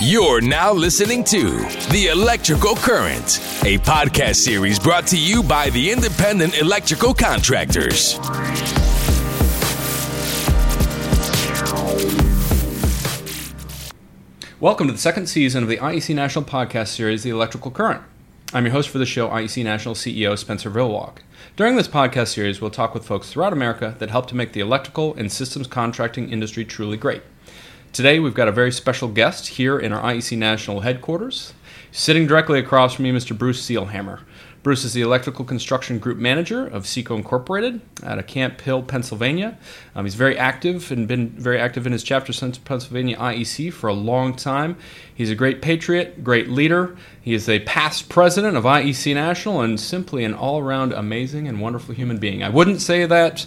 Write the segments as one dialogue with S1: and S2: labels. S1: You're now listening to The Electrical Current, a podcast series brought to you by the independent electrical contractors.
S2: Welcome to the second season of the IEC National podcast series, The Electrical Current. I'm your host for the show, IEC National CEO Spencer Vilwalk. During this podcast series, we'll talk with folks throughout America that help to make the electrical and systems contracting industry truly great. Today, we've got a very special guest here in our IEC National headquarters. Sitting directly across from me, Mr. Bruce Sealhammer. Bruce is the Electrical Construction Group Manager of Seco Incorporated out of Camp Hill, Pennsylvania. Um, he's very active and been very active in his chapter since Pennsylvania IEC for a long time. He's a great patriot, great leader. He is a past president of IEC National and simply an all around amazing and wonderful human being. I wouldn't say that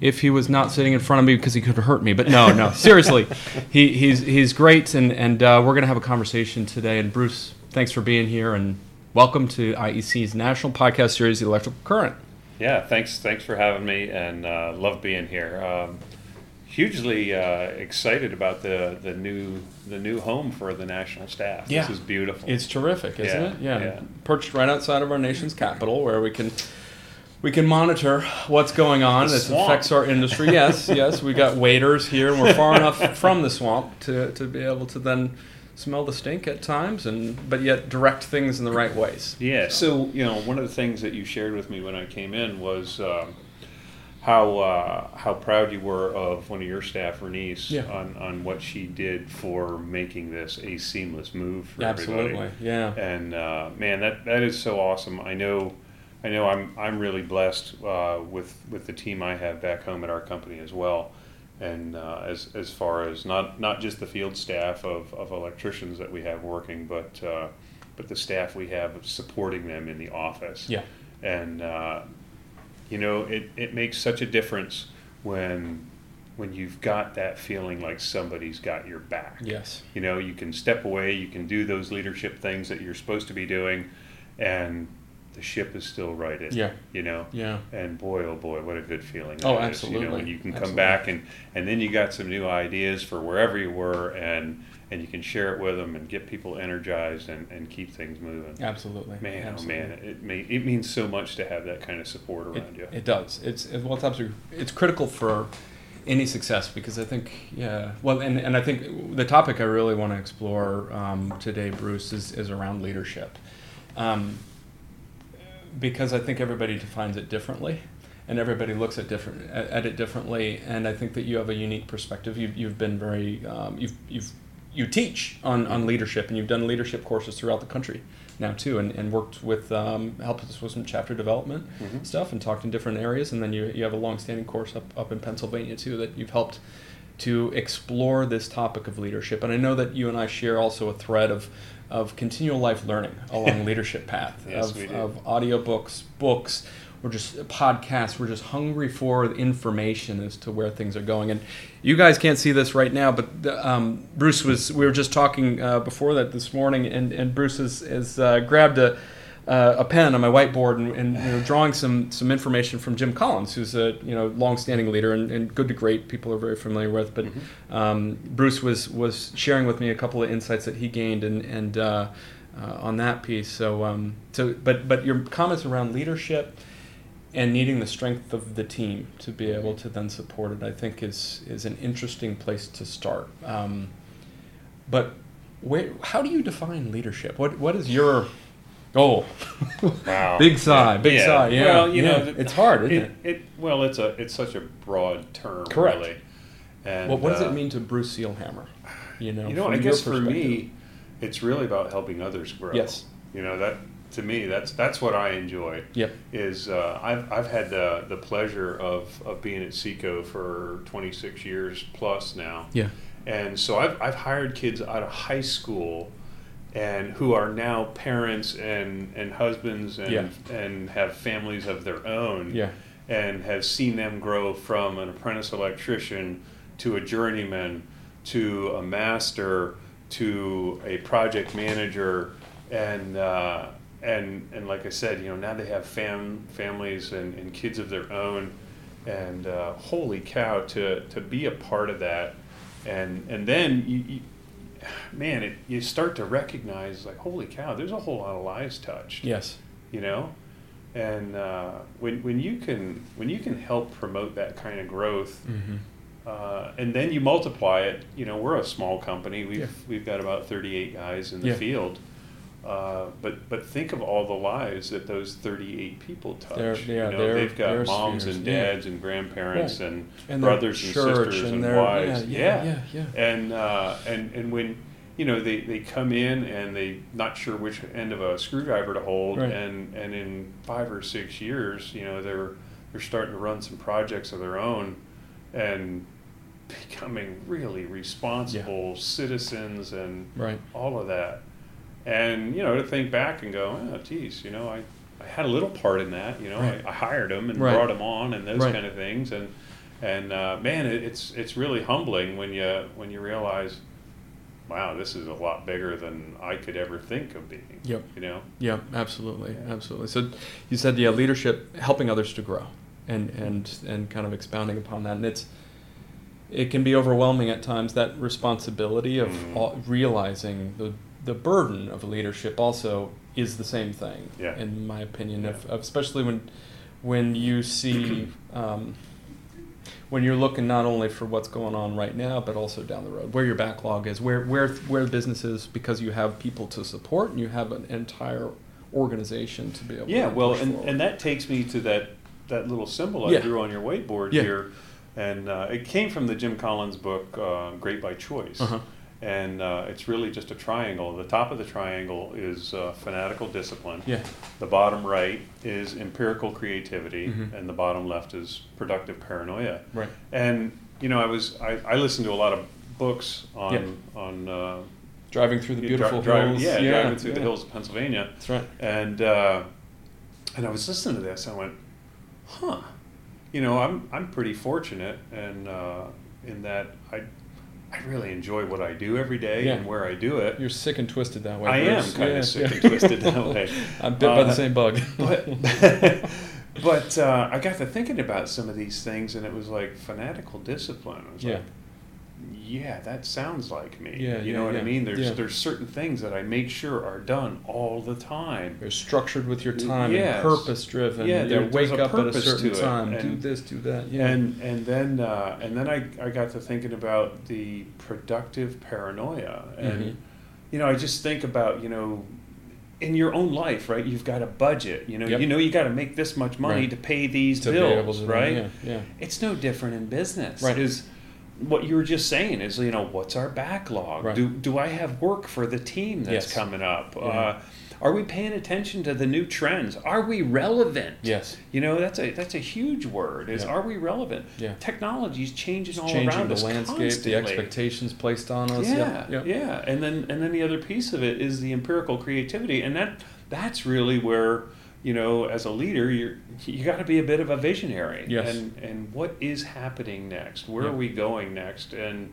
S2: if he was not sitting in front of me because he could have hurt me. But no, no, seriously, he, he's he's great, and and uh, we're gonna have a conversation today. And Bruce, thanks for being here, and welcome to IEC's national podcast series, The Electrical Current.
S3: Yeah, thanks. Thanks for having me, and uh, love being here. Um, hugely uh, excited about the the new the new home for the national staff.
S2: Yeah.
S3: This is beautiful.
S2: It's terrific, isn't
S3: Yeah,
S2: it? Yeah.
S3: yeah.
S2: perched right outside of our nation's capital, where we can. We can monitor what's going on.
S3: The
S2: This
S3: swamp.
S2: affects our industry. Yes, yes. We got waiters here, and we're far enough from the swamp to, to be able to then smell the stink at times, and but yet direct things in the right ways.
S3: yeah. So you know, one of the things that you shared with me when I came in was um, how uh, how proud you were of one of your staff, Renise,
S2: Yeah.
S3: on on what she did for making this a seamless move for everybody.
S2: Absolutely, yeah.
S3: and uh, man, that that is so awesome. I know, I know, I'm I'm really blessed uh, with with the team I have back home at our company as well, and uh, as as far as not not just the field staff of, of electricians that we have working, but uh, but the staff we have supporting them in the office.
S2: Yeah.
S3: and uh, you know, it it makes such a difference when when you've got that feeling like somebody's got your back
S2: Yes.
S3: you know you can step away you can do those leadership things that you're supposed to be doing and the ship is still righted
S2: Yeah.
S3: you know
S2: Yeah.
S3: and boy oh boy what a good feeling
S2: Oh,
S3: that is, you know
S2: absolutely.
S3: when you can come
S2: Absolutely.
S3: back and and then you got some new ideas for wherever you were and and you can share it with them and get people energized and and keep things moving
S2: Absolutely.
S3: man
S2: Absolutely.
S3: oh man it may, it means so much to have that kind of support
S2: It,
S3: around you
S2: it does. It's it, well, it's absolutely, it's critical for any success because I think yeah. Well, and and I think the topic I really want to explore um, today, Bruce, is is around leadership, um, because I think everybody defines it differently. And everybody looks at different at at it differently, and I think that you have a unique perspective. You've, you've been very um, you've, you've you teach on, on leadership, and you've done leadership courses throughout the country now too, and, and worked with um, helped us with some chapter development
S3: Mhm.
S2: stuff and talked in different areas and then you, you have a long-standing course up, up in pennsylvania too that you've helped to explore this topic of leadership and i know that you and i share also a thread of, of continual life learning along leadership path
S3: Yes,
S2: of,
S3: we do.
S2: of audiobooks books we're just podcasts we're just hungry for the information as to where things are going and you guys can't see this right now but the, um, bruce was we were just talking uh, before that this morning and, and bruce has, has uh, grabbed a uh, a pen on my whiteboard and, and you know, drawing some some information from Jim Collins, who's a you know longstanding leader and, and good to great. People are very familiar with, but um, Bruce was was sharing with me a couple of insights that he gained and and uh, uh, on that piece. So um, so but but your comments around leadership and needing the strength of the team to be
S3: Mm-hmm.
S2: able to then support it, I think is is an interesting place to start. Um, but where, how do you define leadership? What what is your goal?
S3: Wow.
S2: Big sigh, big sigh. Yeah,
S3: Oh. Well, you know,
S2: yeah. it's hard, isn't it?
S3: well, it's a it's such a broad term,
S2: Correct.
S3: really. And,
S2: Well, what does
S3: uh,
S2: it mean to Bruce Sealhammer? You know,
S3: You know,
S2: from
S3: I
S2: your
S3: guess for
S2: perspective?
S3: me, it's really about helping others grow.
S2: Yes.
S3: You know that to me, that's that's what I enjoy.
S2: Yep.
S3: Is uh, I've I've had the the pleasure of of being at Seco for 26 years plus now.
S2: yeah,
S3: And so I've, I've hired kids out of high school and who are now parents and, and husbands and,
S2: Yeah.
S3: and have families of their own
S2: Yeah.
S3: and have seen them grow from an apprentice electrician to a journeyman to a master to a project manager and uh, and and like I said, you know now they have fam families and, and kids of their own and uh, holy cow to to be a part of that and and then you, you, man, it, you start to recognize like, holy cow, there's a whole lot of lives touched.
S2: Yes.
S3: You know, and uh, when when you can when you can help promote that kind of growth.
S2: Mm-hmm.
S3: Uh, and then you multiply it. You know, we're a small company. We've
S2: Yeah.
S3: we've got about 38 guys in the
S2: Yeah.
S3: field. Uh, but but think of all the lives that those 38 people touch.
S2: They're- yeah,
S3: you know,
S2: they're-
S3: they've got
S2: they're
S3: moms
S2: spheres,
S3: and
S2: yeah.
S3: dads and grandparents
S2: Right.
S3: and,
S2: And their
S3: brothers and
S2: church
S3: sisters
S2: and
S3: and,
S2: their-
S3: wives.
S2: yeah, yeah, yeah,
S3: And uh, and and when you know they, they come in and they not sure which end of a screwdriver to hold
S2: Right.
S3: and and in five or six years you know they're they're starting to run some projects of their own and becoming really responsible citizens and
S2: Right.
S3: all of that. And you know, to think back and go, oh, geez, you know, I, I had a little part in that. You know,
S2: Right.
S3: I, I hired them and
S2: Right.
S3: brought them on and those
S2: Right.
S3: kind of things. And and uh, man, it, it's it's really humbling when you when you realize, wow, this is a lot bigger than I could ever think of being.
S2: Yep.
S3: You know.
S2: Yeah, absolutely, absolutely. So you said yeah, leadership helping others to grow, and and and kind of expounding upon that, and it's it can be overwhelming at times that responsibility of all, realizing the the burden of leadership also is the same thing
S3: Yeah.
S2: in my opinion of, of especially when when you see um, when you're looking not only for what's going on right now, but also down the road, where your backlog is, where where where the business is, because you have people to support and you have an entire organization to be able.
S3: Yeah,
S2: to
S3: well,
S2: push
S3: and,
S2: forward.
S3: and that takes me to that, that little symbol I
S2: Yeah.
S3: drew on your whiteboard
S2: Yeah.
S3: here. And uh, it came from the Jim Collins book, uh, Great by Choice.
S2: Uh-huh.
S3: And uh, it's really just a triangle. The top of the triangle is uh, fanatical discipline.
S2: Yeah.
S3: The bottom right is empirical creativity.
S2: Mm-hmm.
S3: And the bottom left is productive paranoia.
S2: Right.
S3: And, you know, I was, I, I listened to a lot of books on,
S2: Yeah.
S3: on uh,
S2: driving through the
S3: yeah, dri-
S2: beautiful
S3: driving-
S2: hills,
S3: yeah, driving through the
S2: yeah.
S3: hills of Pennsylvania.
S2: That's right.
S3: And uh, and I was listening to this. I went, huh. You know, I'm I'm pretty fortunate, and uh, in that I I really enjoy what I do every day
S2: Yeah.
S3: and where I do it.
S2: You're sick and twisted that way.
S3: I am
S2: Bruce.
S3: kind
S2: Yeah,
S3: of sick
S2: yeah.
S3: and twisted that way.
S2: I'm bit by
S3: Uh,
S2: the same bug.
S3: but but uh, I got to thinking about some of these things, and it was like fanatical discipline. I was
S2: yeah,
S3: like, yeah, that sounds like me.
S2: Yeah,
S3: you
S2: yeah,
S3: know what
S2: yeah,
S3: I mean? There's
S2: yeah.
S3: there's certain things that I make sure are done all the time.
S2: you're structured with your time and
S3: Yes.
S2: purpose driven.
S3: Yeah, there-
S2: you wake
S3: there's a
S2: up at a
S3: purpose
S2: certain
S3: to it,
S2: time, do
S3: and-
S2: this, do that. Yeah,
S3: And and then uh, and then I, I got to thinking about the productive paranoia and
S2: Mhm.
S3: you know I just think about you know in your own life right you've got a budget you know
S2: Yep.
S3: you know you got to make this much money
S2: Right.
S3: to pay these
S2: to
S3: bills
S2: be able to,
S3: right
S2: Yeah, yeah.
S3: it's no different in business
S2: Right.
S3: is what you were just saying is you know what's our backlog
S2: Right.
S3: do do I have work for the team that's
S2: Yes.
S3: coming up uh, are we paying attention to the new trends are we relevant
S2: Yes.
S3: you know, that's a that's a huge word. Is
S2: Yeah.
S3: are we relevant?
S2: Yeah.
S3: Technology is changing all
S2: changing
S3: around
S2: the
S3: us
S2: landscape,
S3: constantly.
S2: the expectations placed on us.
S3: Yeah,
S2: Yep, yep.
S3: yeah. And then and then the other piece of it is the empirical creativity, and that that's really where you know as a leader you're you got to be a bit of a visionary
S2: Yes.
S3: and and what is happening next where
S2: Yeah.
S3: are we going next and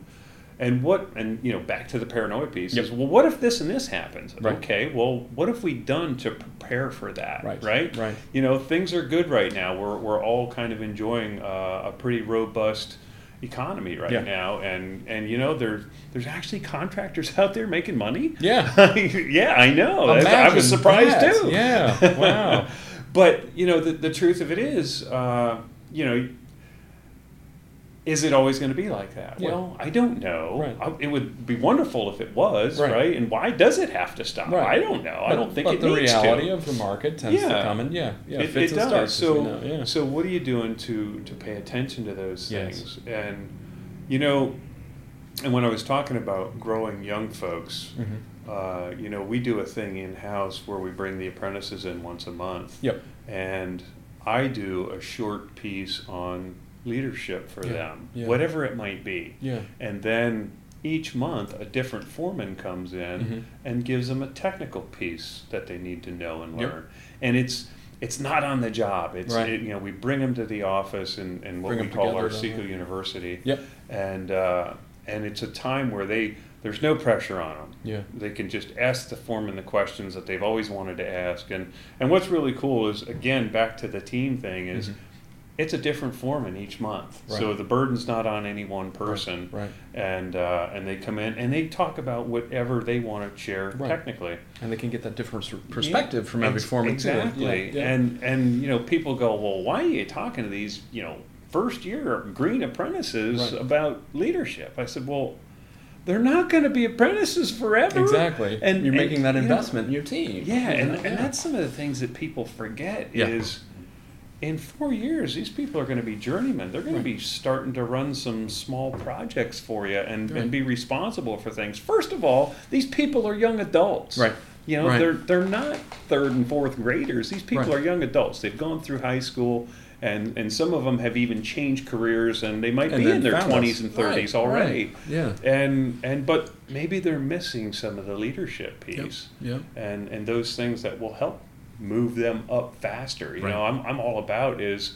S3: and what and you know back to the paranoia piece
S2: Yep.
S3: is well what if this and this happens
S2: Right.
S3: okay well what have we done to prepare for that
S2: Right,
S3: right
S2: right.
S3: you know things are good right now we're, we're all kind of enjoying uh, a pretty robust economy right
S2: Yeah.
S3: now and and you know there's there's actually contractors out there making money
S2: Yeah.
S3: yeah i know That's- Oh, i
S2: Imagine
S3: was surprised
S2: that.
S3: too
S2: Yeah. Wow.
S3: but you know the, the truth of it is uh, you know is it always going to be like that?
S2: Yeah.
S3: Well, I don't know.
S2: Right.
S3: I, it would be wonderful if it was,
S2: Right.
S3: right? And why does it have to stop?
S2: Right.
S3: I don't know. I
S2: But-
S3: don't think
S2: but
S3: it
S2: the
S3: needs
S2: reality
S3: to.
S2: of the market tends to
S3: Yeah.
S2: come and yeah, yeah,
S3: it,
S2: fits and
S3: it does.
S2: starts, as
S3: so,
S2: we know, yeah.
S3: so what are you doing to to pay attention to those
S2: Yes.
S3: things? And you know, and when I was talking about growing young folks,
S2: Mm-hmm.
S3: uh, you know, we do a thing in house where we bring the apprentices in once a month.
S2: Yep.
S3: And I do a short piece on leadership for
S2: Yeah,
S3: them,
S2: yeah.
S3: whatever it might be.
S2: Yeah.
S3: And then each month, a different foreman comes in
S2: Mm-hmm.
S3: and gives them a technical piece that they need to know and
S2: Yep.
S3: learn. And it's it's not on the job. It's
S2: Right.
S3: it, you know we bring them to the office and, and what
S2: Bring
S3: we
S2: them
S3: call
S2: together
S3: our
S2: then,
S3: Seco
S2: yeah.
S3: University.
S2: Yep.
S3: And uh, and it's a time where they there's no pressure on them.
S2: Yeah.
S3: They can just ask the foreman the questions that they've always wanted to ask. And and what's really cool is again back to the team thing is it's a different foreman each month.
S2: Mm-hmm. Right.
S3: So the burden's not on any one person.
S2: Right.
S3: And uh, and they come in and they talk about whatever they want to share
S2: Right.
S3: technically.
S2: and they can get that different perspective from every
S3: Ex-
S2: foreman
S3: exactly.
S2: too. Yeah, yeah.
S3: And and you know people go, well, why are you talking to these you know first year green apprentices
S2: Right.
S3: about leadership? I said, well, they're not going to be apprentices forever.
S2: exactly.
S3: And
S2: you're
S3: and,
S2: making that
S3: you know,
S2: investment in your team.
S3: yeah, and,
S2: Yeah.
S3: and that's some of the things that people forget
S2: Yeah.
S3: is in four years these people are going to be journeymen. They're going to be starting to run some small projects for you and,
S2: Right.
S3: and be responsible for things. First of all, these people are young adults.
S2: Right.
S3: You know,
S2: Right.
S3: they're they're not third and fourth graders. These people
S2: Right.
S3: are young adults. They've gone through high school. And, and some of them have even changed careers, and they might
S2: And
S3: be
S2: then
S3: in their
S2: found us.
S3: twenties and thirties
S2: Right,
S3: already.
S2: right. Yeah.
S3: And and but maybe they're missing some of the leadership piece
S2: yep.
S3: and and those things that will help move them up faster. You
S2: Right.
S3: know, I'm I'm all about is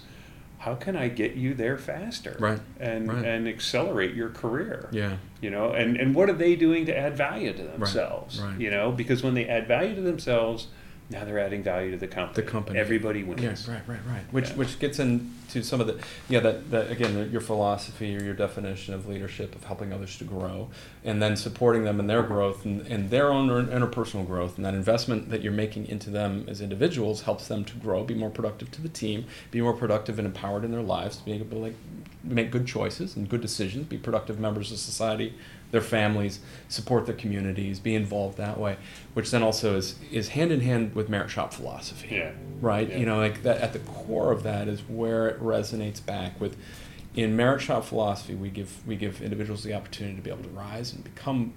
S3: how can I get you there faster?
S2: Right.
S3: And
S2: Right.
S3: and accelerate your career.
S2: Yeah.
S3: You know, and and what are they doing to add value to themselves?
S2: Right.
S3: You know, because when they add value to themselves, now they're adding value to the company.
S2: The company.
S3: Everybody wins.
S2: Yeah, right, right, right. Which
S3: Yeah.
S2: which gets into some of the yeah that, that again the, your philosophy or your definition of leadership of helping others to grow and then supporting them in their growth and, and their own inter- interpersonal growth and that investment that you're making into them as individuals helps them to grow, be more productive to the team, be more productive and empowered in their lives, to be able to like make good choices and good decisions, be productive members of society, their families, support their communities, be involved that way, which then also is is hand in hand with merit shop philosophy
S3: Yeah.
S2: right?
S3: Yeah.
S2: You know, like that at the core of that is where it resonates back with. In merit shop philosophy, we give we give individuals the opportunity to be able to rise and become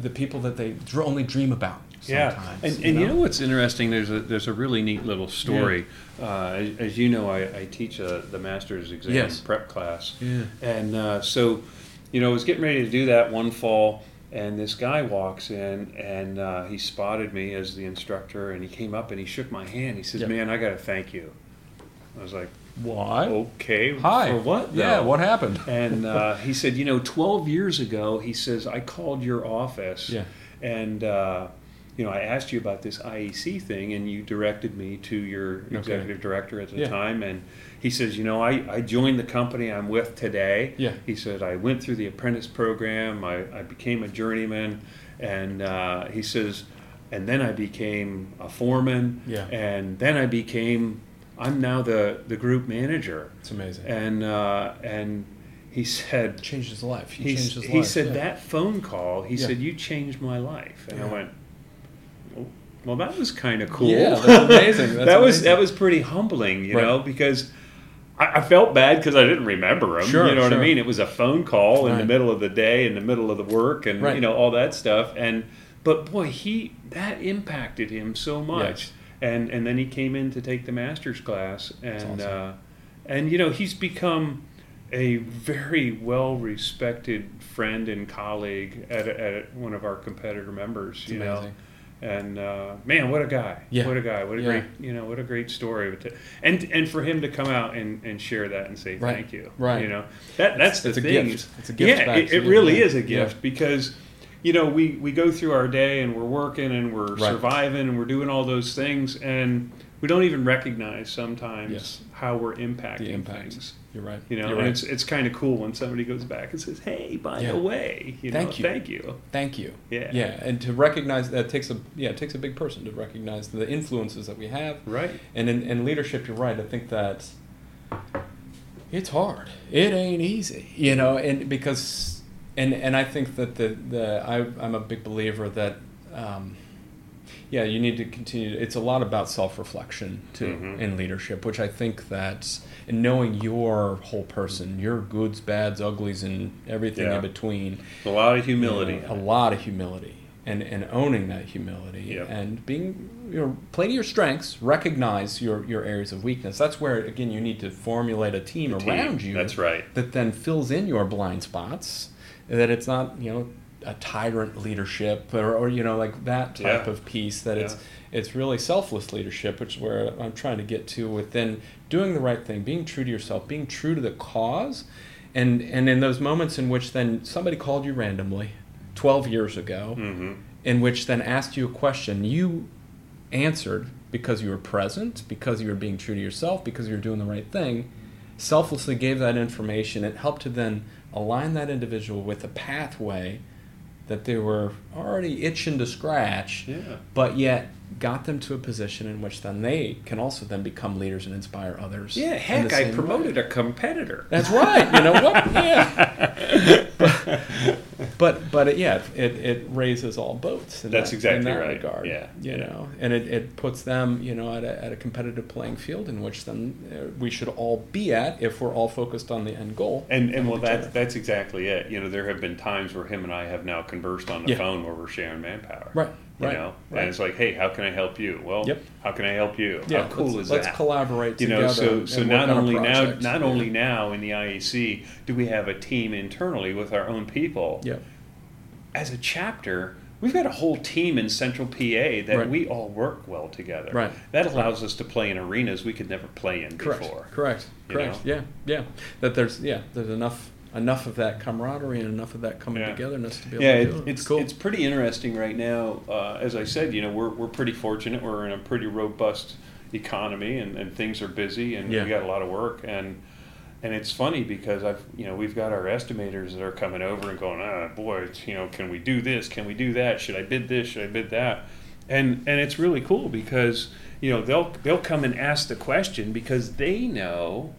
S2: the people that they dr- only dream about.
S3: Yeah,
S2: Sometimes,
S3: and, and you know what's interesting? There's a there's a really neat little story. Uh, as, as you know, I, I teach a, the master's exam
S2: Yes.
S3: prep class.
S2: Yeah.
S3: And uh, so, you know, I was getting ready to do that one fall, and this guy walks in, and uh, he spotted me as the instructor, and he came up and he shook my hand. He says,
S2: Yeah.
S3: "Man, I got to thank you." I was like,
S2: why?
S3: "Okay,
S2: Hi.
S3: for what?
S2: Yeah,
S3: though?"
S2: what happened?
S3: and uh, he said, you know, 12 years ago, he says, I called your office,
S2: Yeah.
S3: and uh, you know, I asked you about this IEC thing, and you directed me to your executive director at the
S2: Yeah.
S3: time, and he says, you know, I, I joined the company I'm with today.
S2: Yeah.
S3: He said, I went through the apprentice program, I, I became a journeyman, and uh, he says, and then I became a foreman,
S2: Yeah.
S3: and then I became, I'm now the, the group manager
S2: It's amazing.
S3: and uh, and he said
S2: changed his life. He,
S3: he,
S2: changed his
S3: he
S2: life.
S3: said
S2: yeah.
S3: that phone call. He
S2: Yeah.
S3: said you changed my life, and I
S2: Yeah.
S3: went, "Oh, well, that was kind of cool.
S2: Yeah, that's amazing. That's
S3: that was
S2: amazing.
S3: that was pretty humbling, you
S2: Right.
S3: know, because. I I felt bad because I didn't remember him.
S2: Sure,
S3: you know what I
S2: sure.
S3: mean? It was a phone call in the
S2: Right.
S3: middle of the day, in the middle of the work, and
S2: Right.
S3: you know all that stuff. And but boy, he that impacted him so much.
S2: Yes.
S3: And and then he came in to take the master's class,
S2: awesome.
S3: and uh, and you know he's become a very well respected friend and colleague at, at one of our competitor members. you
S2: amazing.
S3: know, and uh, man, what a guy!
S2: Yeah.
S3: What a guy! What a
S2: Yeah.
S3: great you know what a great story. But to- and and for him to come out and, and share that and say
S2: Right.
S3: thank you,
S2: Right.
S3: You know that that's the
S2: it's a
S3: thing.
S2: gift.
S3: is-
S2: It's a gift
S3: Yeah,
S2: back
S3: it,
S2: to
S3: it
S2: you,
S3: really
S2: yeah.
S3: is a
S2: Yeah.
S3: gift because. You know, we, we go through our day and we're working and we're
S2: Right.
S3: surviving and we're doing all those things and we don't even recognize sometimes
S2: Yes.
S3: how we're impacting
S2: the impact.
S3: things.
S2: You're right.
S3: You know,
S2: You're
S3: and
S2: right.
S3: it's it's kind of cool when somebody goes back and says, "Hey, by
S2: Yeah.
S3: the way, you
S2: Thank
S3: know,
S2: you.
S3: thank you."
S2: Thank you.
S3: Yeah.
S2: Yeah, and to recognize that takes a yeah it takes a big person to recognize the influences that we have.
S3: Right.
S2: And in, in leadership, you're right. I think that it's hard. It ain't easy, you know. And because and and I think that the the I, I'm a big believer that. Um, yeah, you need to continue. It's a lot about self-reflection too
S3: Mhm.
S2: in leadership, which I think that and knowing your whole person, your goods, bads, uglies, and everything
S3: Yeah.
S2: in between,
S3: A lot of
S2: you know,
S3: humility.
S2: a lot of humility, and and owning that humility,
S3: Yep.
S2: and being you know, play to your strengths, recognize your your areas of weakness. That's where again you need to formulate a team
S3: team,
S2: around you.
S3: that's right.
S2: That then fills in your blind spots. That it's not you know a tyrant leadership or, or you know like that type
S3: Yeah.
S2: of piece. That it's
S3: Yeah.
S2: it's really selfless leadership, which is where I'm trying to get to within doing the right thing, being true to yourself, being true to the cause. And, and in those moments in which then somebody called you randomly 12 years ago, in which then asked you a question, you answered because you were present, because you were being true to yourself, because you were doing the right thing. selflessly gave that information, it helped to then align that individual with a pathway that they were already itching to scratch,
S3: Yeah.
S2: but yet got them to a position in which then they can also then become leaders and inspire others. in
S4: Yeah,
S2: the
S4: heck, I
S2: same way.
S4: promoted a competitor.
S2: That's right. You know what? Yeah. but but it, yeah, it, it raises all boats. In
S3: That's
S2: that,
S3: exactly
S2: in that
S3: right.
S2: Regard,
S3: Yeah,
S2: You
S3: yeah.
S2: know, and it, it puts them you know at a, at a competitive playing field in which then uh, we should all be at if we're all focused on the end goal.
S3: And and well,
S2: each other.
S3: that's that's exactly it. You know, there have been times where him and I have now conversed on the
S2: Yeah.
S3: phone where we're sharing manpower.
S2: Right,
S3: You
S2: right,
S3: know,
S2: right.
S3: and it's like, hey, how can I help you? Well,
S2: Yep.
S3: how can I help you?
S2: yeah,
S3: how cool
S2: let's,
S3: is
S2: let's
S3: that?
S2: collaborate
S3: you
S2: together.
S3: know, so
S2: and
S3: so
S2: work
S3: not
S2: on a
S3: only now,
S2: project.
S3: not
S2: Yeah.
S3: only now in the IEC do we have a team internally with our own people.
S2: Yeah.
S3: As a chapter, we've got a whole team in Central PA that
S2: Right.
S3: we all work well together.
S2: Right.
S3: That allows us to play in arenas we could never play in
S2: Correct.
S3: before.
S2: Correct.
S3: you
S2: Correct. Yeah. Yeah. That there's yeah there's enough enough of that camaraderie and enough of that coming
S3: Yeah.
S2: togetherness to be able
S3: yeah,
S2: to
S3: it,
S2: do it.
S3: it's it's pretty interesting right now. Uh, as I said, you know, we're we're pretty fortunate. We're in a pretty robust economy, and, and things are busy, and
S2: Yeah.
S3: we got a lot of work. And and it's funny because I've you know we've got our estimators that are coming over and going, ah, boy, it's, you know, can we do this? Can we do that? Should I bid this? Should I bid that? And and it's really cool because you know they'll they'll come and ask the question because they know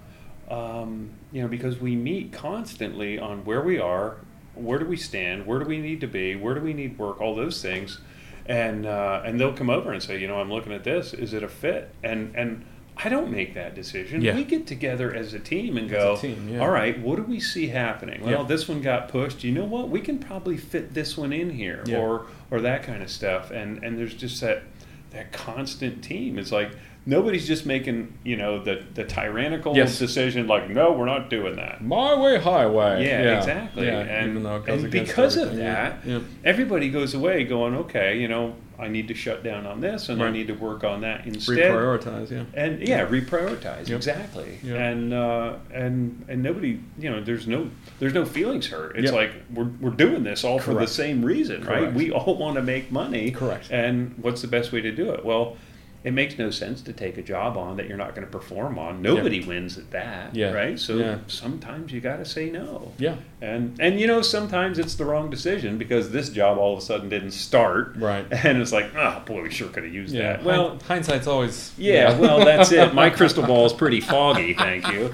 S3: um, you know, because we meet constantly on where we are, where do we stand, where do we need to be, where do we need work, all those things, and uh, and they'll come over and say, you know, I'm looking at this, is it a fit? And and I don't make that decision.
S2: Yeah.
S3: We get together as a team and
S2: As a
S3: go,
S2: team, yeah.
S3: all right, what do we see happening? Well,
S2: Yeah.
S3: this one got pushed. You know what? We can probably fit this one in here,
S2: Yeah.
S3: or or that kind of stuff. And and there's just that that constant team. It's like nobody's just making you know the the tyrannical
S2: Yes.
S3: decision like no we're not doing that
S2: my way highway.
S3: yeah, exactly
S2: Yeah,
S3: and,
S2: even though it goes
S3: and
S2: against
S3: because of
S2: everything, yeah.
S3: that
S2: Yeah.
S3: everybody goes away going okay you know i need to shut down on this and i
S2: Right.
S3: need to work on that instead
S2: reprioritize. Yeah.
S3: and yeah reprioritize exactly
S2: Yep.
S3: and uh, and and nobody you know there's no there's no feelings hurt it's
S2: Yep.
S3: like we're, we're doing this all for the
S2: Correct.
S3: same reason right
S2: Correct.
S3: we all want to make money
S2: Correct.
S3: and what's the best way to do it well it makes no sense to take a job on that you're not going to perform on nobody wins at that
S2: Yeah.
S3: right so
S2: Yeah.
S3: sometimes you got to say no
S2: Yeah.
S3: and and you know sometimes it's the wrong decision because this job all of a sudden didn't start
S2: Right.
S3: and it's like oh boy we sure could have used
S2: Yeah.
S3: that well
S2: Hind- hindsight's always
S3: yeah, well, that's it. My crystal ball is pretty foggy, thank you.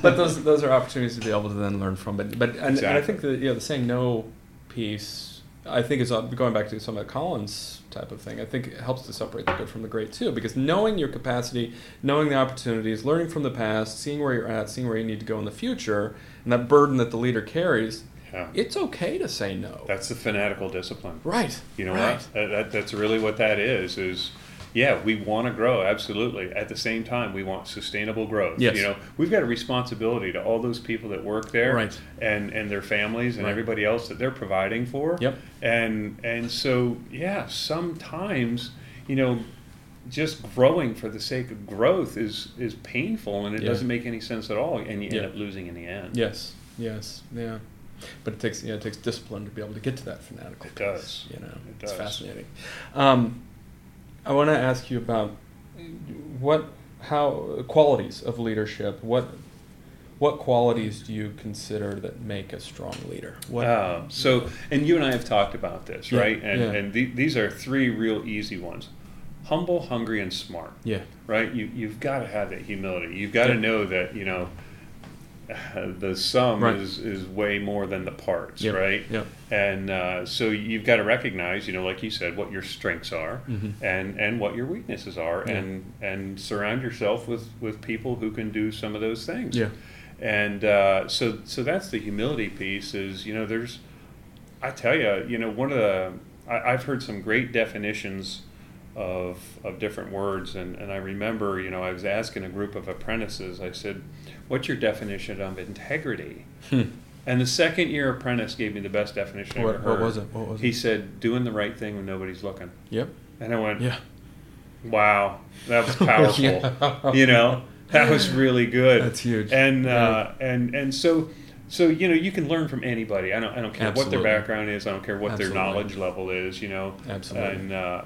S2: but those those are opportunities to be able to then learn from. But but and, and I
S3: Exactly.
S2: think the you know the saying no piece I think is uh, going back to some of the Collins type of thing. I think it helps to separate the good from the great too, because knowing your capacity, knowing the opportunities, learning from the past, seeing where you're at, seeing where you need to go in the future, and that burden that the leader carries,
S3: Yeah.
S2: it's okay to say no.
S3: That's the fanatical discipline.
S2: right.
S3: You know
S2: right.
S3: what? That, that, that's really what that is. Is yeah, we want to grow absolutely. At the same time, we want sustainable growth.
S2: Yes.
S3: You know, we've got a responsibility to all those people that work there,
S2: Right.
S3: And and their families and
S2: Right.
S3: everybody else that they're providing for.
S2: Yep.
S3: And and so yeah, sometimes you know. Just growing for the sake of growth is is painful, and it
S2: Yeah.
S3: doesn't make any sense at all, and you
S2: Yeah.
S3: end up losing in the end.
S2: Yes. Yes. Yeah. But it takes yeah, it takes discipline to be able to get to that fanatical.
S3: It
S2: piece,
S3: does.
S2: You know,
S3: It
S2: it's
S3: does.
S2: fascinating. Um, I want to ask you about what how qualities of leadership. What what qualities do you consider that make a strong leader? What
S3: Um, so, and you and I have talked about this,
S2: Yeah,
S3: right? And,
S2: yeah.
S3: and the, these are three real easy ones humble, hungry, and smart,
S2: yeah.
S3: right? You, you've got to have that humility. You've got to
S2: Yeah.
S3: know that, you know, the sum
S2: Right.
S3: is, is way more than the parts,
S2: Yep,
S3: right?
S2: yep.
S3: And uh, so you've got to recognize, you know, like you said, what your strengths are and, and what your weaknesses are,
S2: Mm-hmm. Yeah.
S3: and and surround yourself with, with people who can do some of those things
S2: Yeah.
S3: and uh, so so that's the humility piece is you know there's i tell you you know one of the I, i've heard some great definitions of of different words and, and i remember you know i was asking a group of apprentices i said what's your definition of integrity and the second year apprentice gave me the best definition i
S2: Hmm. What-
S3: ever
S2: what
S3: heard
S2: was it? What was
S3: he
S2: it?
S3: said doing the right thing when nobody's looking
S2: Yep.
S3: and i went
S2: Yeah.
S3: Wow, that was powerful.
S2: Yeah.
S3: You know, that was really good.
S2: That's huge.
S3: And
S2: Yeah.
S3: uh, and and so so you know you can learn from anybody. I don't I don't care what
S2: Absolutely.
S3: their background is. I don't care what
S2: Absolutely.
S3: their knowledge level is. You know,
S2: Absolutely. Mm-hmm.
S3: And uh,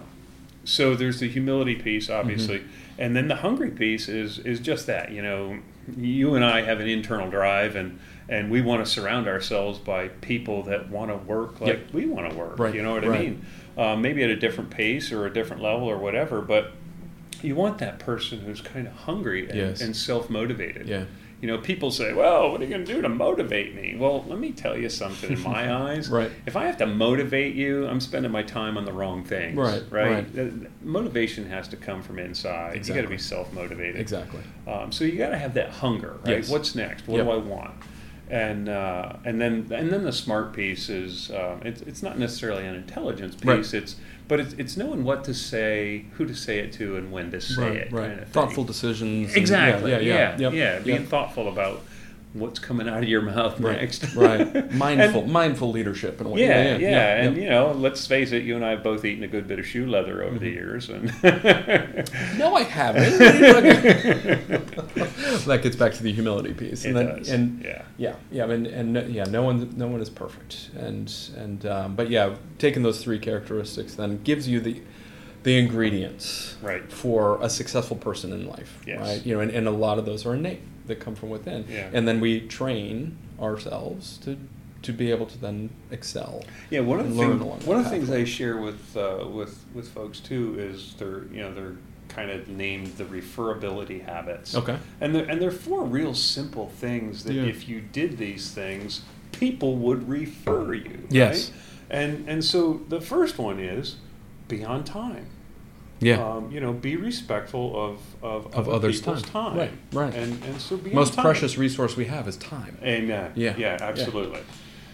S3: so there's the humility piece, obviously, and then the hungry piece is is just that. You know, you and I have an internal drive, and and we want to surround ourselves by people that want to work like
S2: Yep.
S3: we want to work.
S2: Right,
S3: You know what
S2: right.
S3: I mean? Uh, maybe at a different pace or a different level or whatever, but you want that person who's kind of hungry and,
S2: Yes.
S3: and self motivated.
S2: Yeah.
S3: You know, people say, "Well, what are you going to do to motivate me?" Well, let me tell you something. In my eyes,
S2: Right.
S3: if I have to motivate you, I'm spending my time on the wrong things.
S2: Right,
S3: Right.
S2: right.
S3: Uh, Motivation has to come from inside. You got to
S2: Exactly.
S3: be self motivated.
S2: Exactly.
S3: Um, so you got to have that hunger, right?
S2: Yes.
S3: What's next? What do
S2: Yep.
S3: I want? And uh, and then and then the smart piece is um, it's it's not necessarily an intelligence piece.
S2: Right.
S3: It's but it's it's knowing what to say, who to say it to, and when to say
S2: right.
S3: it. kind of thing.
S2: Thoughtful decisions. and-
S3: Exactly.
S2: Yeah. Yeah.
S3: Yeah.
S2: Yep, yep.
S3: Being thoughtful about what's coming out of your mouth next.
S2: Right. right. Mindful. mindful leadership in a way.
S3: Yeah, yeah, and
S2: yep.
S3: you know, let's face it, you and I have both eaten a good bit of shoe leather over the
S2: Mm-hmm.
S3: years, and
S2: No, I haven't. What are you talking- that gets back to the humility piece, and
S3: It
S2: then
S3: does,
S2: and
S3: yeah.
S2: yeah, yeah, and and no, yeah, no one no one is perfect, and and um, but yeah, taking those three characteristics then gives you the the ingredients
S3: Right.
S2: for a successful person in life,
S3: Yes.
S2: right? You know, and, and a lot of those are innate that come from within,
S3: Yeah.
S2: and then we train ourselves to to be able to then excel.
S3: yeah, one of
S2: and
S3: the
S2: learn
S3: things,
S2: along
S3: one
S2: the
S3: of the things
S2: pathway.
S3: I share with uh, with with folks too is they're you know they're kind of named the referability habits.
S2: Okay.
S3: and they're and they're four real simple things that
S2: Yeah.
S3: if you did these things, people would refer you.
S2: Yes.
S3: right? and and so the first one is be on time. um, you know, be respectful of of,
S2: Of
S3: other
S2: others'
S3: people's
S2: time.
S3: time.
S2: Right, right.
S3: And and so be on
S2: most
S3: time.
S2: precious resource we have is time.
S3: Amen.
S2: Yeah.
S3: Yeah.
S2: Yeah.
S3: Absolutely.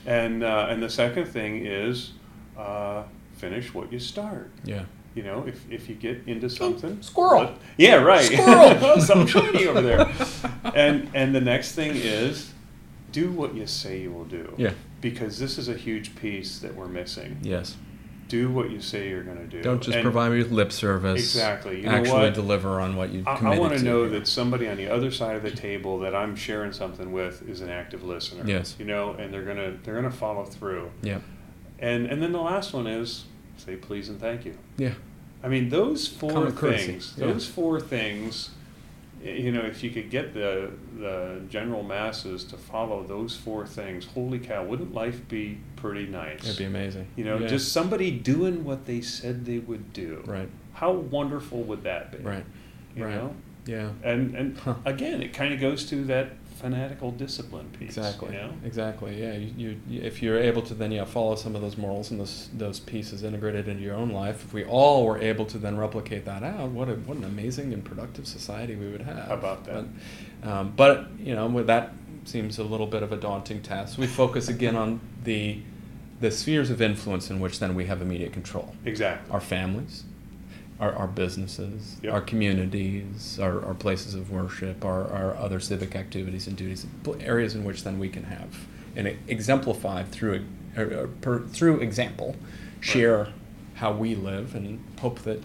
S3: And uh, and the second thing is uh, finish what you start.
S2: Yeah.
S3: You know, if, if you get into something,
S2: squirrel.
S3: let- yeah, right.
S2: Squirrel.
S3: Something shiny over there. And and the next thing is, do what you say you will do.
S2: Yeah.
S3: Because this is a huge piece that we're missing.
S2: Yes.
S3: Do what you say you're going to do.
S2: Don't just
S3: And-
S2: provide me with lip service.
S3: Exactly. You know
S2: actually
S3: what?
S2: deliver on what you
S3: I,
S2: committed
S3: I want to know that
S2: that's
S3: somebody on the other side of the table that I'm sharing something with is an active listener.
S2: Yes.
S3: You know, and they're gonna they're gonna follow through.
S2: Yeah.
S3: And and then the last one is say please and thank you.
S2: Yeah.
S3: I mean those four
S2: Common courtesy,
S3: things.
S2: yeah.
S3: Those four things. y- You know, if you could get the the general masses to follow those four things, holy cow! Wouldn't life be pretty nice?
S2: That'd be amazing.
S3: you know,
S2: Yeah.
S3: just somebody doing what they said they would do.
S2: Right.
S3: How wonderful would that be?
S2: Right.
S3: You
S2: right.
S3: know?
S2: Yeah.
S3: and and
S2: Huh.
S3: again, it kind of goes to that fanatical discipline piece.
S2: Exactly.
S3: You know?
S2: Exactly. Yeah. You, you- you, if you're able to then yeah follow some of those morals and those those pieces integrated into your own life, if we all were able to then replicate that out, what a, what an amazing and productive society we would have.
S3: How about that?
S2: But, um, but you know, with that seems a little bit of a daunting task. We focus again on the the spheres of influence in which then we have immediate control.
S3: Exactly.
S2: our families, our, our businesses,
S3: Yep.
S2: our communities, our, our places of worship, our, our other civic activities and duties, pl- areas in which then we can have and e- exemplify through e- er, er, per, through example, share how we live and hope that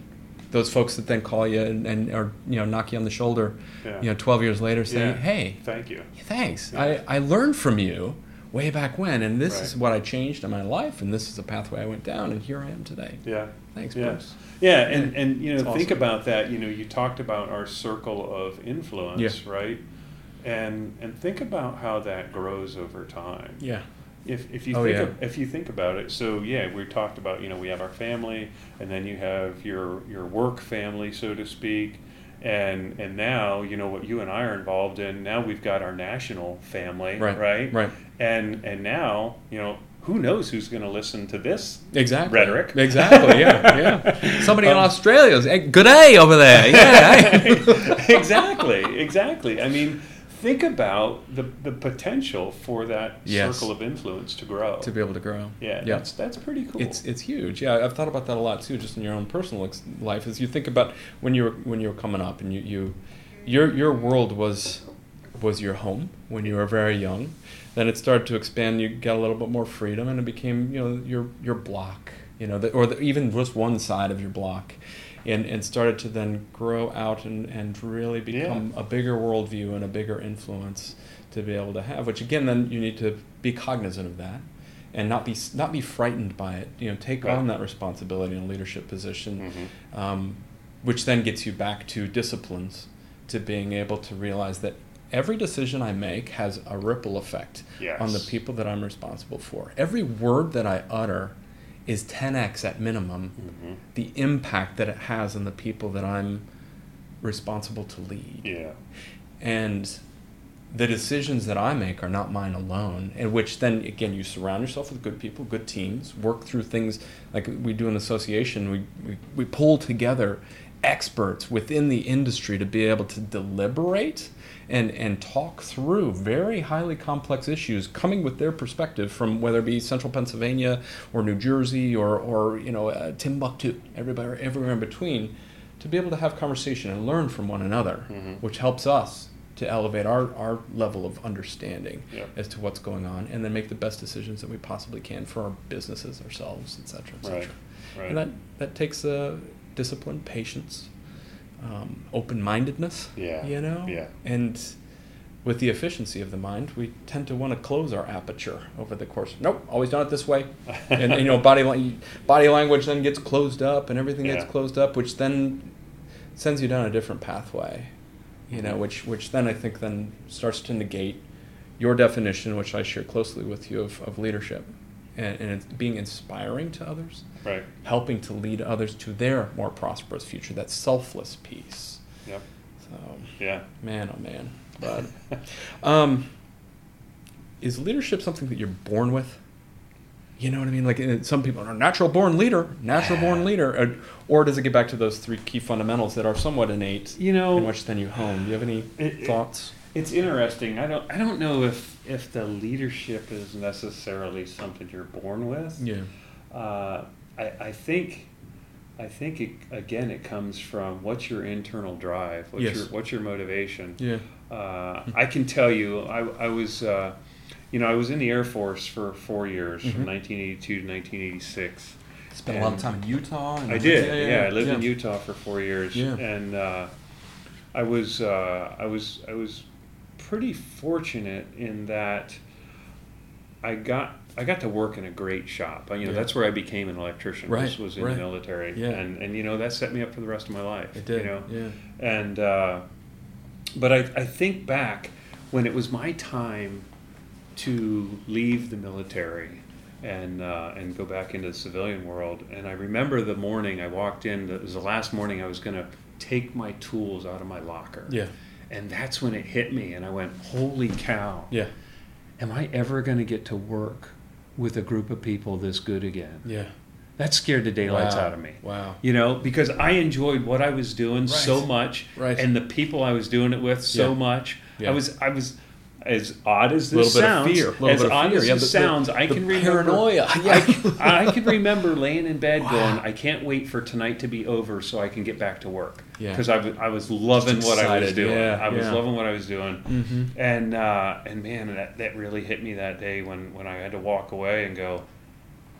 S2: those folks that then call you and, and or you know knock you on the shoulder,
S3: Yeah.
S2: you know, twelve years later say,
S3: Yeah.
S2: hey,
S3: Thank you.
S2: thanks.
S3: Yeah.
S2: I, I learned from you way back when, and this
S3: Right.
S2: is what I changed in my life, and this is the pathway I went down, and here I am today.
S3: Yeah.
S2: Thanks, Bruce.
S3: Yes. Yeah, and, and you know,
S2: It's
S3: think
S2: awesome.
S3: about that. You know, you talked about our circle of influence, right? And and think about how that grows over time.
S2: Yeah.
S3: If, if you
S2: Oh,
S3: think
S2: yeah.
S3: ab- if you think about it, so yeah, we talked about you know we have our family, and then you have your your work family, so to speak, and and now you know what you and I are involved in. Now we've got our national family,
S2: Right,
S3: right,
S2: right.
S3: and and now you know who knows who's going to listen to this
S2: Exactly.
S3: Rhetoric. Um,
S2: Exactly. Yeah. Yeah. Somebody in Australia is, hey, good day over there. Yeah. hey."
S3: exactly, exactly. I mean, think about the, the potential for that
S2: Yes.
S3: circle of influence to grow.
S2: to be able to grow.
S3: yeah,
S2: Yeah.
S3: that's that's pretty cool.
S2: It's it's huge. Yeah, I've thought about that a lot too, just in your own personal ex- life. As you think about when you were when you were coming up, and you, you your your world was was your home when you were very young. Then it started to expand. You got a little bit more freedom, and it became you know your your block, you know, the, or the, even just one side of your block. And, and started to then grow out and, and really become a bigger worldview and a bigger influence to be able to have, which again, then you need to be cognizant of that and not be not be frightened by it. You know, take
S3: Right.
S2: on that responsibility in a leadership position,
S3: Mhm.
S2: um, which then gets you back to disciplines, to being able to realize that every decision I make has a ripple effect
S3: Yes.
S2: on the people that I'm responsible for. Every word that I utter is 10x at minimum
S3: Mhm.
S2: the impact that it has on the people that I'm responsible to lead
S3: Yeah.
S2: and the decisions that I make are not mine alone. And which then again, you surround yourself with good people, good teams, work through things like we do in the association. We we, we pull together experts within the industry to be able to deliberate and and talk through very highly complex issues coming with their perspective from whether it be central Pennsylvania or New Jersey or or you know uh, Timbuktu everybody everywhere in between to be able to have conversation and learn from one another, which helps us to elevate our, our level of understanding
S3: Yeah.
S2: as to what's going on and then make the best decisions that we possibly can for our businesses, ourselves, et cetera, et cetera.
S3: Right. Right.
S2: And that, that takes uh, discipline, patience, um, open mindedness,
S3: Yeah,
S2: you know?
S3: yeah.
S2: And with the efficiency of the mind, we tend to want to close our aperture over the course. Nope, always done it this way. and, you know, body, lang- body language then gets closed up and everything
S3: Yeah.
S2: gets closed up, which then sends you down a different pathway, you know, which, which then I think then starts to negate your definition, which I share closely with you, of, of leadership and, and it's being inspiring to others
S3: Right.
S2: helping to lead others to their more prosperous future, that selfless piece.
S3: Yep.
S2: So,
S3: Yeah.
S2: man, oh man. But, um, is leadership something that you're born with? You know what I mean? Like, uh, some people are natural born leader, natural born leader. Or, or does it get back to those three key fundamentals that are somewhat innate,
S3: You know-
S2: in which then you hone? Do you have any
S3: It- it-
S2: thoughts?
S3: It's interesting. I don't. I don't know if if the leadership is necessarily something you're born with.
S2: yeah.
S3: Uh, I, I think, I think it, again, it comes from what's your internal drive, what's
S2: Yes.
S3: your what's your motivation.
S2: Yeah.
S3: Uh, I can tell you, I, I was, uh, you know, I was in the Air Force for four years, from 1982 to 1986.
S2: Mm-hmm. Spent
S3: a lot of time
S2: in Utah.
S3: I did. Yeah, I lived in Utah for four years,
S2: Yeah.
S3: and uh, I was uh, I was I was pretty fortunate in that I got I got to work in a great shop. You know,
S2: Yeah.
S3: that's where I became an electrician. This
S2: Right,
S3: was in
S2: right.
S3: the military,
S2: Yeah.
S3: and and you know that set me up for the rest of my life.
S2: It did.
S3: You know,
S2: Yeah.
S3: and uh, but I, I think back when it was my time to leave the military and uh, and go back into the civilian world, and I remember the morning I walked in. It was the last morning I was going to take my tools out of my locker.
S2: Yeah.
S3: And that's when it hit me, and I went, "Holy cow!
S2: Yeah.
S3: Am I ever going to get to work with a group of people this good again?"
S2: Yeah.
S3: That scared the daylights
S2: Wow.
S3: out of me
S2: Wow.
S3: you know because i enjoyed what i was doing so
S2: Right.
S3: much
S2: Right.
S3: and the people i was doing it with so
S2: Yeah.
S3: much
S2: Yeah.
S3: i was i was as odd as this
S2: Little bit of
S3: sounds
S2: fear, little
S3: as
S2: bit of
S3: odd
S2: fear.
S3: as
S2: Yeah,
S3: this
S2: the- the-
S3: sounds i
S2: the
S3: can remember
S2: paranoia.
S3: I, I can remember laying in bed going i can't wait for tonight to be over so i can get back to work
S2: Yeah.
S3: because I w- I was loving
S2: Just
S3: what i was
S2: excited.
S3: doing
S2: Yeah,
S3: i was
S2: yeah. Mm-hmm.
S3: loving what i was doing and uh, and man that, that really hit me that day when when i had to walk away and go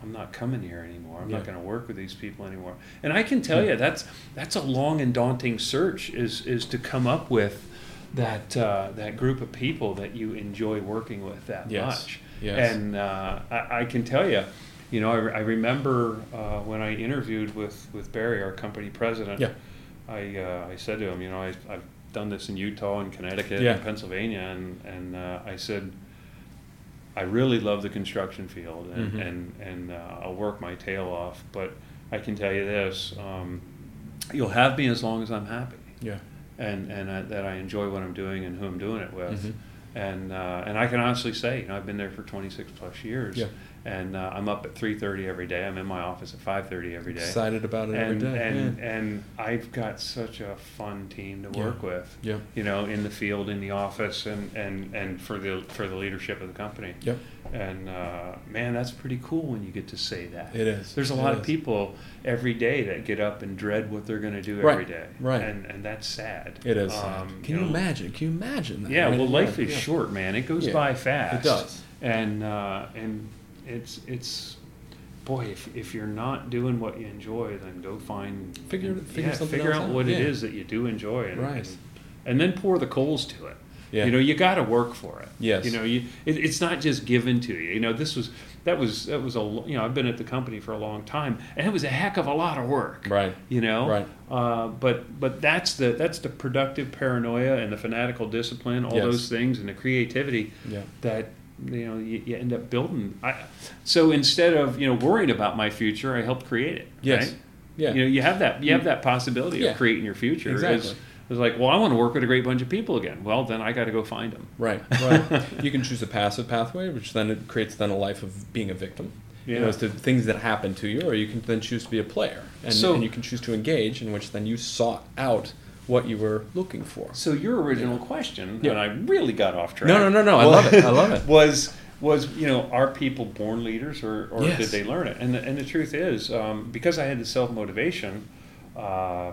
S3: I'm not coming here anymore. I'm not
S2: Yeah.
S3: going to work with these people anymore. And I can tell you that's that's a long and daunting search is is to come up with that uh, that group of people that you enjoy working with that
S2: Yes.
S3: much.
S2: Yes.
S3: And uh, I, I can tell you, you know, I, re- I remember uh, when I interviewed with with Barry, our company president.
S2: Yeah.
S3: I uh, I said to him, you know, I, I've done this in Utah and Connecticut
S2: Yeah.
S3: and Pennsylvania, and and uh, I said. I really love the construction field, and
S2: Mhm.
S3: and, and uh, I'll work my tail off. But I can tell you this: um, you'll have me as long as I'm happy,
S2: Yeah.
S3: and and I, that I enjoy what I'm doing and who I'm doing it with.
S2: Mm-hmm.
S3: And uh, and I can honestly say, you know, I've been there for 26 plus years,
S2: Yeah.
S3: and uh, I'm up at 3:30 every day. I'm in my office at 5:30 every day.
S2: Excited about it
S3: and
S2: every day.
S3: and
S2: yeah.
S3: and I've got such a fun team to
S2: Yeah.
S3: work with.
S2: Yeah.
S3: You know, in the field, in the office, and, and, and for the for the leadership of the company.
S2: Yep.
S3: And uh, man, that's pretty cool when you get to say that.
S2: It is.
S3: There's a
S2: It
S3: lot of
S2: is.
S3: people every day that get up and dread what they're going to do every
S2: Right.
S3: day.
S2: Right.
S3: And and that's sad.
S2: It is. Can you,
S3: Um, know,
S2: imagine? Can you imagine that?
S3: Yeah.
S2: right?
S3: Well, life
S2: Yeah,
S3: is
S2: yeah.
S3: short, man. It goes
S2: Yeah.
S3: by fast.
S2: does.
S3: And uh, and it's it's. Boy, if, if you're not doing what you enjoy, then go find
S2: Figure- figure
S3: yeah,
S2: something
S3: figure
S2: else
S3: out
S2: out.
S3: what it
S2: Yeah.
S3: is that you do enjoy, and,
S2: Right.
S3: and, and then pour the coals to it.
S2: Yeah.
S3: You know, you got to work for it.
S2: Yes.
S3: You know, you it, it's not just given to you. You know, this was that was that was a lo- you know I've been at the company for a long time, and it was a heck of a lot of work.
S2: Right.
S3: You know.
S2: Right.
S3: Uh, but but that's the that's the productive paranoia and the fanatical discipline, all
S2: Yes.
S3: those things, and the creativity
S2: Yeah.
S3: that you know you, you end up building. I, so instead of you know worrying about my future, I helped create it.
S2: Yes.
S3: Right?
S2: Yeah. Mm.
S3: You know, you have that you have that possibility
S2: Yeah.
S3: of creating your future. It's,
S2: Exactly.
S3: it's like, well, I want to work with a great bunch of people again. Well, then I got to go find them.
S2: Right, right. you can choose a passive pathway, which then it creates then a life of being a victim. You know,
S3: Yeah.
S2: as to things that happen to you, or you can then choose to be a player, and,
S3: So-
S2: and you can choose to engage, in which then you sought out what you were looking for.
S3: So your original question,
S2: Yeah.
S3: and I really got off track.
S2: No, no, no, no. I love it. I love it.
S3: Was was you know are people born leaders or, or
S2: Yes.
S3: did they learn it? And the, and the truth is, um, because I had the self motivation, uh,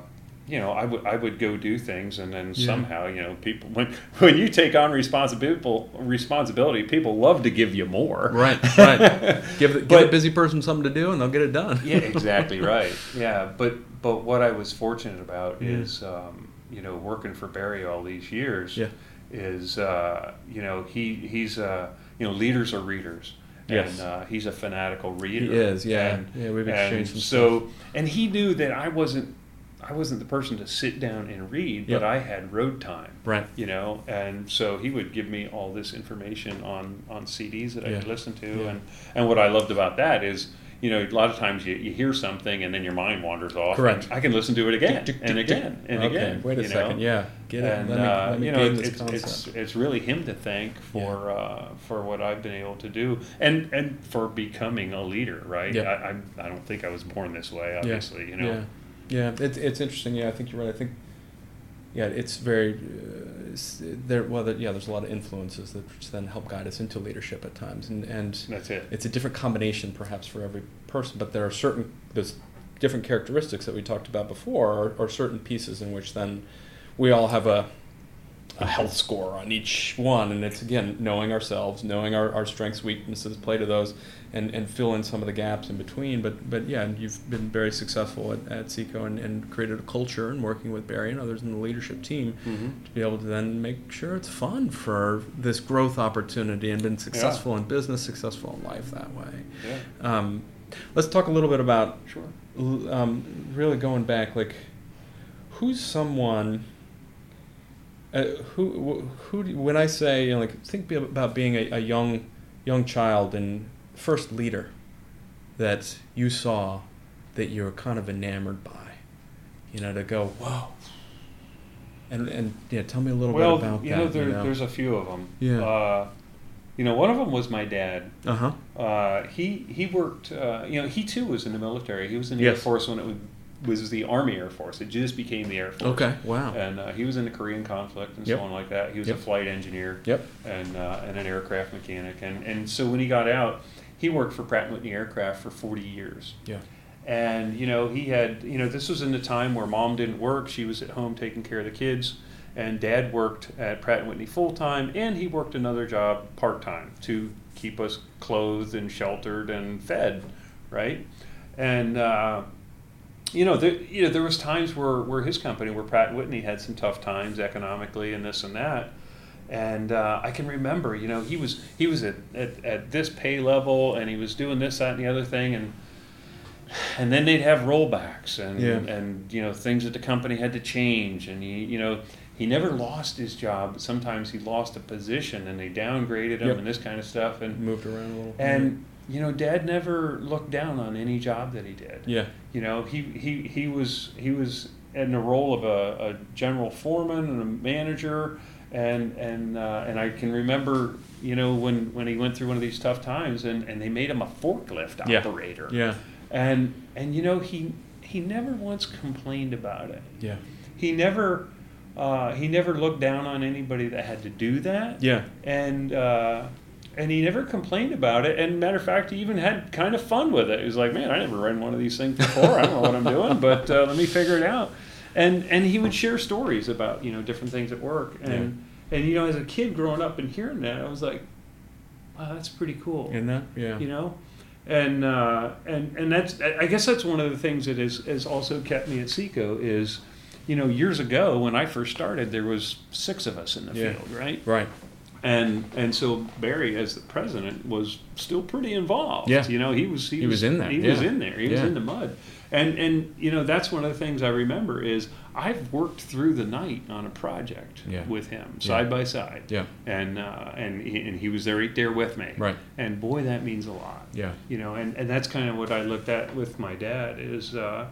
S3: you know, I would I would go do things, and then somehow you know people when when you take on responsibility responsibility, people love to give you more.
S2: Right, right. give the- give a
S3: But-
S2: busy person something to do, and they'll get it done.
S3: yeah, exactly right. Yeah, but but what I was fortunate about is um, you know working for Barry all these years
S2: Yeah.
S3: is uh, you know he he's uh, you know leaders are readers.
S2: Yes.
S3: And uh, he's a fanatical reader.
S2: is, yeah.
S3: And,
S2: Yeah, we've
S3: and
S2: exchanged some
S3: so, and he knew that I wasn't, I wasn't the person to sit down and read,
S2: Yep.
S3: but I had road time.
S2: Right.
S3: You know, and so he would give me all this information on on CDs that I
S2: Yeah.
S3: could listen to,
S2: Yeah.
S3: and and what I loved about that is. You know, a lot of times you, you hear something and then your mind wanders off.
S2: Correct.
S3: I can listen to it again
S2: Tick, tick,
S3: and
S2: tick, tick.
S3: again and
S2: okay,
S3: again.
S2: Wait a
S3: you know?
S2: second. Yeah. Get
S3: and
S2: it. Let me,
S3: uh,
S2: let me
S3: you
S2: gain
S3: know,
S2: this
S3: it's,
S2: concept.
S3: it's it's really him to thank for uh, for what I've been able to do, and and for becoming a leader. Right?
S2: Yeah.
S3: I, I I don't think I was born this way. Obviously, you know.
S2: Yeah, yeah. It's it's interesting. Yeah, I think you're right. I think yeah, it's very uh, it's- there. Well, there, yeah, there's a lot of influences that just then help guide us into leadership at times, and and
S3: That's it.
S2: it's a different combination perhaps for every person. But there are certain those different characteristics that we talked about before are, are certain pieces in which then we all have a a health score on each one and it's again knowing ourselves knowing our, our strengths weaknesses play to those and, and fill in some of the gaps in between but but yeah and you've been very successful at, at seco and, and created a culture and working with barry and others in the leadership team to be able to then make sure it's fun for this growth opportunity and been successful in business successful in life that way
S3: Yeah.
S2: um, let's talk a little bit about
S3: Sure.
S2: l- um, really going back, like, who's someone uh, who wh- who do, when I say you know, like think be- about being a, a young young child and first leader that you saw that you were kind of enamored by, you know, to go whoa, and and yeah, tell me a little
S3: well,
S2: bit about
S3: you know,
S2: that.
S3: there,
S2: you know?
S3: there's a few of them.
S2: Yeah.
S3: Uh, you know, one of them was my dad.
S2: uh huh.
S3: Uh, he he worked. Uh, you know, he too was in the military. He was in the Air
S2: Yes.
S3: Force when it was, was the Army Air Force. It just became the Air Force.
S2: Okay. Wow.
S3: And uh, he was in the Korean conflict and
S2: Yep.
S3: so on like that. He was
S2: Yep.
S3: a flight engineer.
S2: Yep.
S3: And uh, and an aircraft mechanic. And and so when he got out, he worked for Pratt and Whitney Aircraft for 40 years.
S2: yeah.
S3: And you know, he had you know, this was in the time where mom didn't work; she was at home taking care of the kids, and dad worked at Pratt and Whitney full time, and he worked another job part time to keep us clothed and sheltered and fed, right? And uh, you know, there, you know, there was times where, where his company, where Pratt and Whitney, had some tough times economically and this and that. And uh, I can remember, you know, he was he was at, at, at this pay level, and he was doing this, that, and the other thing, and and then they'd have rollbacks, and
S2: Yeah.
S3: and you know things that the company had to change, and he you know he never lost his job. But sometimes he lost a position, and they downgraded him,
S2: Yep. Mm-hmm.
S3: and this kind of stuff, and
S2: Moved around a little.
S3: and you know, Dad never looked down on any job that he did.
S2: yeah.
S3: You know, he, he, he was he was in the role of a, a general foreman and a manager, and and uh, and I can remember you know when, when he went through one of these tough times, and, and they made him a forklift
S2: Yeah.
S3: operator.
S2: Yeah.
S3: And and you know he he never once complained about it.
S2: Yeah.
S3: He never uh, he never looked down on anybody that had to do that
S2: Yeah.
S3: and uh, and he never complained about it. And matter of fact, he even had kind of fun with it. He was like, "Man, I never ran one of these things before. I don't know what I'm doing, but uh, let me figure it out." And and he would share stories about you know different things at work. And and you know, as a kid growing up and hearing that, I was like, "Wow, that's pretty cool."
S2: And that. Yeah.
S3: you know. And uh, and and that's I guess that's one of the things that has, has also kept me at Seco is, you know, years ago when I first started, there was six of us in the
S2: Yeah.
S3: field, right?
S2: Right.
S3: And and so Barry, as the president, was still pretty involved.
S2: Yeah.
S3: you know, he was he,
S2: He was in there,
S3: He was
S2: yeah.
S3: in there. He was
S2: Yeah.
S3: in the mud. And and you know that's one of the things I remember is I've worked through the night on a project
S2: Yeah.
S3: with him
S2: Yeah.
S3: side by side.
S2: Yeah.
S3: And uh, and he, and he was there right there with me.
S2: Right.
S3: And boy, that means a lot.
S2: Yeah.
S3: You know, and and that's kind of what I looked at with my dad is. Uh,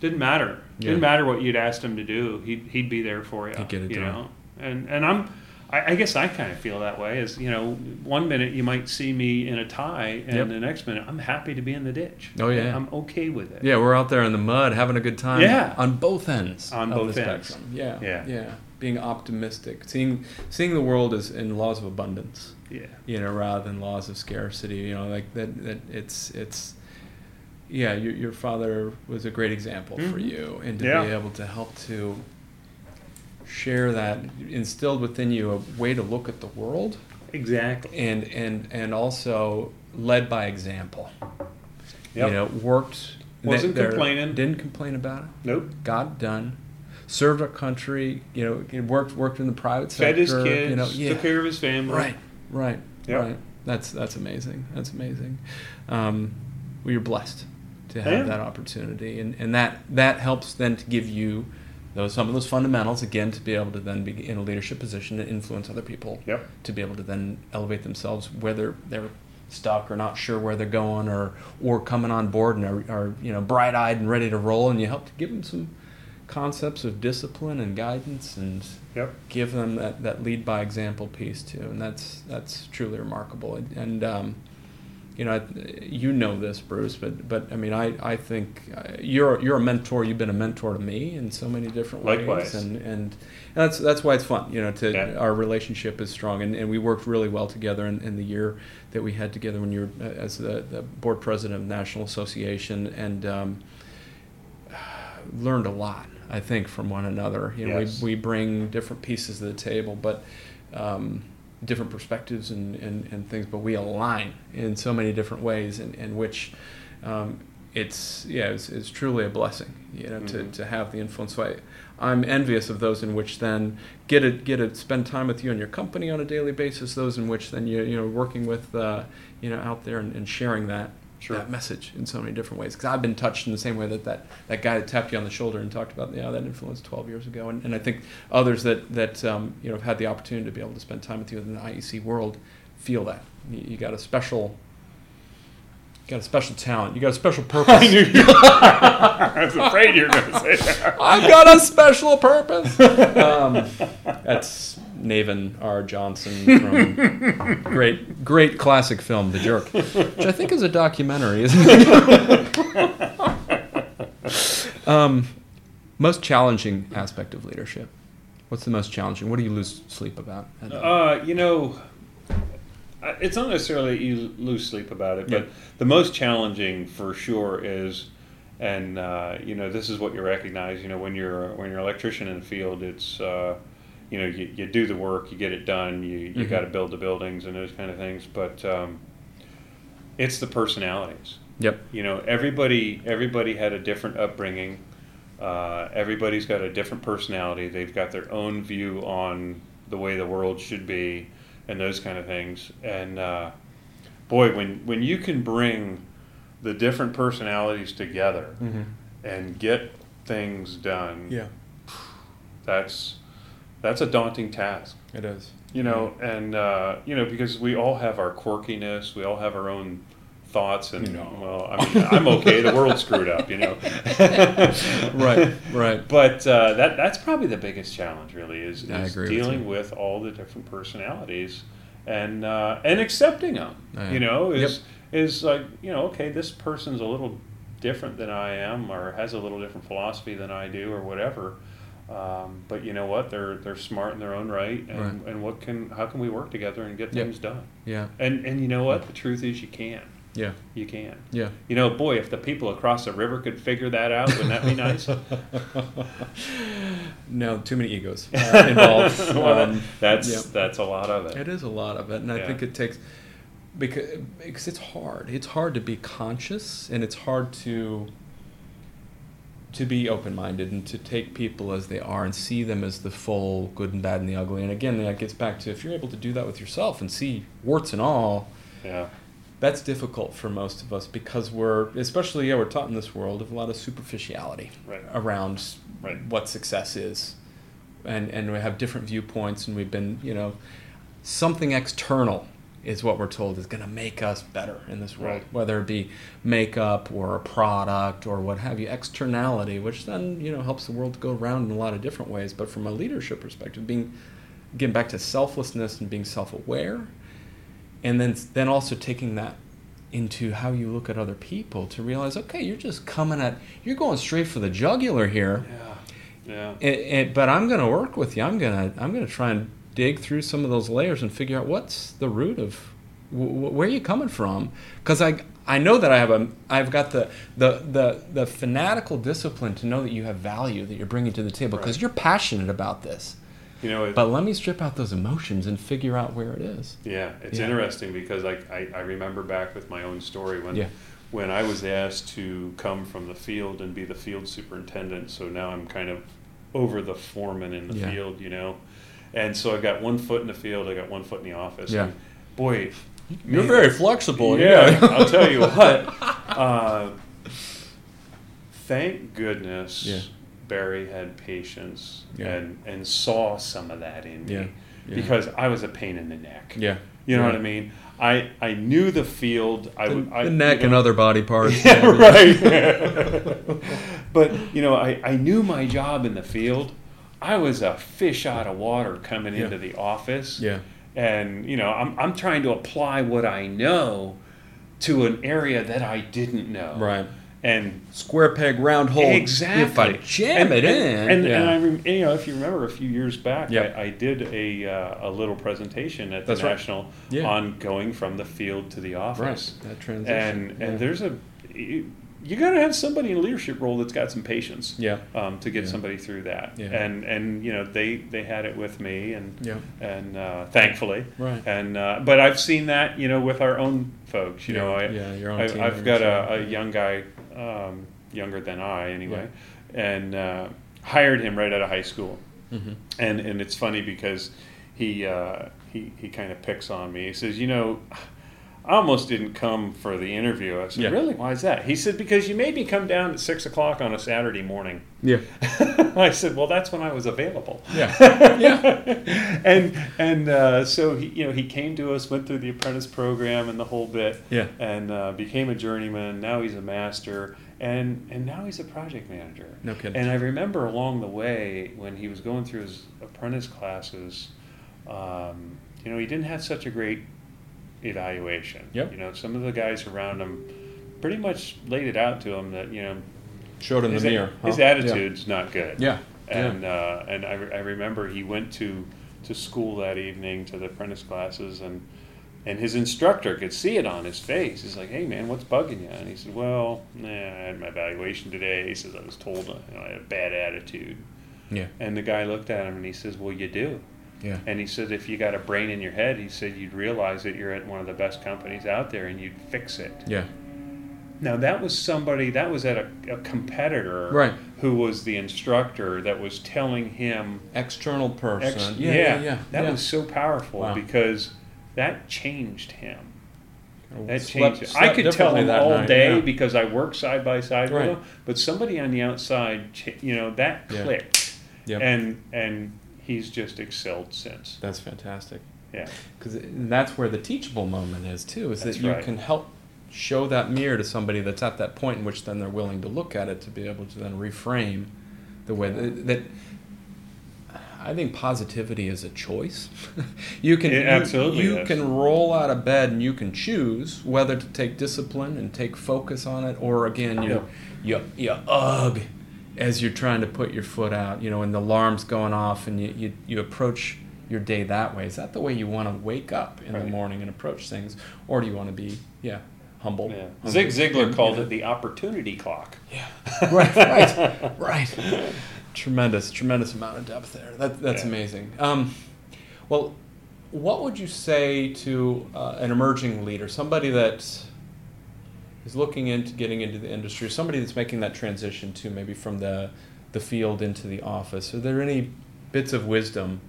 S3: didn't matter. Didn't
S2: Yeah.
S3: matter what you'd asked him to do. He'd, he'd be there for you.
S2: He'd get it
S3: you
S2: done.
S3: know? and and I'm I, I guess I kind of feel that way is you know one minute you might see me in a tie and
S2: Yep.
S3: the next minute I'm happy to be in the ditch.
S2: Oh, yeah.
S3: I'm okay with it.
S2: Yeah, we're out there in the mud having a good time.
S3: Yeah.
S2: On both ends.
S3: On
S2: of
S3: both
S2: the
S3: ends.
S2: Spectrum. Yeah.
S3: Yeah.
S2: Yeah. Being optimistic, seeing seeing the world as in laws of abundance,
S3: yeah,
S2: you know, rather than laws of scarcity. You know, like that. That it's it's. Yeah, your, your father was a great example for
S3: Mhm.
S2: you, and to
S3: Yeah.
S2: be able to help to share that instilled within you a way to look at the world
S3: exactly.
S2: and and and also led by example.
S3: Yep.
S2: You know, worked.
S3: Wasn't
S2: they're-
S3: complaining.
S2: Didn't complain about it.
S3: Nope.
S2: Got it done. Served our country. You know, he worked worked in the private sector.
S3: Fed his kids.
S2: You know, yeah.
S3: Took care of his family.
S2: Right. Right.
S3: Yep.
S2: Right. That's that's amazing. That's amazing. Um, well, you're blessed to
S3: am.
S2: have that opportunity, and and that that helps then to give you. Those, some of those fundamentals again to be able to then be in a leadership position to influence other people
S3: Yep.
S2: to be able to then elevate themselves, whether they're stuck or not sure where they're going, or or coming on board and are, are you know bright eyed and ready to roll, and you help to give them some concepts of discipline and guidance, and
S3: Yep.
S2: give them that, that lead by example piece too, and that's that's truly remarkable. And, and um, you know, I- you know this, Bruce, but but I mean, I I think uh, you're you're a mentor. You've been a mentor to me in so many different
S3: Likewise.
S2: ways, and and and that's that's why it's fun. You know, to
S3: Yeah.
S2: our relationship is strong, and, and we worked really well together in, in the year that we had together when you were uh, as the, the board president of National Association, and um, learned a lot. I think from one another. You know,
S3: Yes.
S2: we we bring different pieces to the table, but. Um, different perspectives and, and, and things, but we align in so many different ways in, in which um, it's yeah, it's, it's truly a blessing, you know, to, to have the influence. So I, I'm envious of those in which then get to get to spend time with you and your company on a daily basis. Those in which then you you know working with uh, you know out there and, and sharing that.
S3: Sure.
S2: That message in so many different ways because I've been touched in the same way that, that that guy that tapped you on the shoulder and talked about yeah that influence 12 years ago and, and I think others that that um, you know have had the opportunity to be able to spend time with you in the IEC world feel that you, you got a special you got a special talent you got a special purpose
S3: I knew. You, I was afraid you were going to say that.
S2: I've got a special purpose. Um, that's Naven R. Johnson from great, great classic film, The Jerk, which I think is a documentary, isn't it? um, most challenging aspect of leadership. What's the most challenging? What do you lose sleep about?
S3: Uh, you know, I- it's not necessarily that you lose sleep about it, but
S2: Yeah.
S3: the most challenging for sure is, and uh, you know, this is what you recognize. You know, when you're when you're an electrician in the field, it's uh, you know you, you do the work, you get it done, you you
S2: Mhm.
S3: got to build the buildings and those kind of things, but um, it's the personalities
S2: yep.
S3: you know everybody everybody had a different upbringing uh, everybody's got a different personality they've got their own view on the way the world should be and those kind of things and uh, boy when when you can bring the different personalities together and get things done that's that's a daunting task
S2: it is.
S3: you know
S2: Mm-hmm.
S3: and uh, you know because we all have our quirkiness we all have our own thoughts and
S2: No.
S3: well i mean i'm okay the world's screwed up you know
S2: Right, right.
S3: but uh, that that's probably the biggest challenge really is,
S2: I
S3: is
S2: agree with
S3: dealing
S2: you.
S3: with, all the different personalities and uh, and accepting them
S2: Yeah.
S3: you know is is like you know okay this person's a little different than i am or has a little different philosophy than i do or whatever um, but you know what they're they're smart in their own right and, and what can how can we work together and get
S2: Yep.
S3: things done
S2: Yeah,
S3: and and you know what the truth is you can
S2: yeah,
S3: you can
S2: yeah.
S3: you know boy if the people across the river could figure that out wouldn't that be nice
S2: No, too many egos uh, involved.
S3: Well, that-
S2: Um,
S3: that's
S2: yeah.
S3: that's a lot of it.
S2: It is a lot of it, and I
S3: Yeah.
S2: think it takes because because it's hard. It's hard to be conscious, and it's hard to to be open minded and to take people as they are and see them as the full good and bad and the ugly. And again, that gets back to if you're able to do that with yourself and see warts and all,
S3: Yeah.
S2: that's difficult for most of us because we're especially yeah we're taught in this world of a lot of superficiality
S3: Right.
S2: around s-
S3: Right.
S2: what success is and and we have different viewpoints and we've been you know something external is what we're told is going to make us better in this world
S3: Right.
S2: whether it be makeup or a product or what have you externality which then you know helps the world go around in a lot of different ways but from a leadership perspective being getting back to selflessness and being self-aware and then then also taking that into how you look at other people to realize okay you're just coming at you're going straight for the jugular here
S3: Yeah. Yeah.
S2: and, and, but i'm going to work with you i'm going to i'm going to try and dig through some of those layers and figure out what's the root of w- w- where you coming from because i i know that i have a i've got the the the, the fanatical discipline to know that you have value that you're bringing to the table because
S3: Right.
S2: you're passionate about this
S3: You know, it,
S2: but let me strip out those emotions and figure out where it is
S3: Yeah, it's
S2: Yeah.
S3: interesting because I, I, I remember back with my own story when
S2: Yeah.
S3: when I was asked to come from the field and be the field superintendent. So now I'm kind of over the foreman in the
S2: Yeah.
S3: field, you know. And so I've got one foot in the field, I got one foot in the office.
S2: Yeah.
S3: And boy,
S2: You're
S3: man,
S2: very flexible.
S3: yeah, I'll tell you what. Uh, thank goodness
S2: Yeah.
S3: Barry had patience
S2: Yeah.
S3: and, and saw some of that in me
S2: Yeah, yeah.
S3: because I was a pain in the neck.
S2: Yeah.
S3: You know
S2: Yeah.
S3: what I mean? I, I knew the field. I
S2: The,
S3: would I,
S2: the neck
S3: you
S2: and
S3: know-
S2: other body parts.
S3: Yeah, right. but you know, I, I knew my job in the field. I was a fish out of water coming
S2: Yeah.
S3: into the office.
S2: Yeah.
S3: And you know, I'm I'm trying to apply what I know to an area that I didn't know.
S2: Right.
S3: And
S2: Square peg, round hole.
S3: Exactly.
S2: If I jam
S3: and,
S2: it
S3: and,
S2: in.
S3: and,
S2: yeah.
S3: and I rem- you know, if you remember, a few years back,
S2: Yeah.
S3: I, I did a uh, a little presentation at the
S2: That's right.
S3: national
S2: Yeah.
S3: on going from the field to the office.
S2: Right, that transition,
S3: And
S2: yeah.
S3: and there's a you, you got to have somebody in a leadership role that's got some patience.
S2: Yeah.
S3: Um, to get
S2: Yeah.
S3: somebody through that.
S2: Yeah.
S3: And and you know they they had it with me and
S2: Yeah.
S3: and uh, thankfully.
S2: Right.
S3: And uh, but I've seen that you know with our own folks. You
S2: Yeah,
S3: know I
S2: yeah, your own
S3: I,
S2: team
S3: I've
S2: members,
S3: got
S2: yeah.
S3: a, a young guy, um, younger than I anyway, and uh, hired him right out of high school.
S2: Mm-hmm.
S3: And and it's funny because he uh, he he kind of picks on me. He says, you know. I almost didn't come for the interview. I said,
S2: Yeah.
S3: "Really? Why is that?" He said, "Because you made me come down at six o'clock on a Saturday morning."
S2: yeah.
S3: I said, "Well, that's when I was available."
S2: Yeah. Yeah.
S3: and and uh, so he you know he came to us, went through the apprentice program and the whole bit,
S2: Yeah.
S3: and uh, became a journeyman. Now he's a master, and and now he's a project manager.
S2: No kidding.
S3: And I remember along the way when he was going through his apprentice classes, um, you know, he didn't have such a great evaluation.
S2: Yep.
S3: You know, some of the guys around him pretty much laid it out to him that you know
S2: Showed him
S3: his,
S2: the mirror.
S3: his
S2: huh?
S3: attitude's not good.
S2: Yeah.
S3: And Uh, and I, re- I remember he went to to school that evening to the apprentice classes and and his instructor could see it on his face. He's like, "Hey man, what's bugging you?" And he said, "Well, nah, I had my evaluation today." He says, "I was told uh, you know, I had a bad attitude."
S2: Yeah.
S3: And the guy looked at him and he says, "Well, you do."
S2: Yeah.
S3: And he said, "If you got a brain in your head, he said you'd realize that you're at one of the best companies out there and you'd fix it."
S2: Yeah.
S3: Now that was somebody that was at a, a competitor,
S2: Right.
S3: Who was the instructor that was telling him?
S2: External person.
S3: ex-
S2: yeah. Yeah. yeah.
S3: That
S2: yeah.
S3: was so powerful
S2: Wow.
S3: because that changed him. That
S2: Slept-
S3: changed.
S2: slept
S3: I could tell
S2: differently
S3: him
S2: that
S3: all
S2: night,
S3: day
S2: yeah.
S3: because I worked side by side
S2: Right.
S3: with him, but somebody on the outside, cha- you know, that
S2: Yeah.
S3: clicked,
S2: Yep.
S3: and and he's just excelled since.
S2: That's fantastic.
S3: Yeah,
S2: because that's where the teachable moment is too is
S3: That's
S2: that you
S3: right.
S2: can help show that mirror to somebody that's at that point in which then they're willing to look at it to be able to then reframe the way that, that I think positivity is a choice. you can
S3: It
S2: you-
S3: absolutely
S2: you,
S3: is.
S2: can roll out of bed and you can choose whether to take discipline and take focus on it, or again you you you ugh as you're trying to put your foot out, you know, and the alarm's going off, and you you, you approach your day that way. Is that the way you want to wake up in the
S3: Right.
S2: morning and approach things, or do you want to be yeah humble?
S3: yeah.
S2: humble,
S3: Zig Ziglar
S2: you
S3: called
S2: know?
S3: it the opportunity clock.
S2: right, right, right. Tremendous, tremendous amount of depth there. That, that's
S3: Yeah.
S2: amazing. Um, well, what would you say to uh, an emerging leader, somebody that is looking into getting into the industry, somebody that's making that transition to maybe from the the field into the office. Are there any bits of wisdom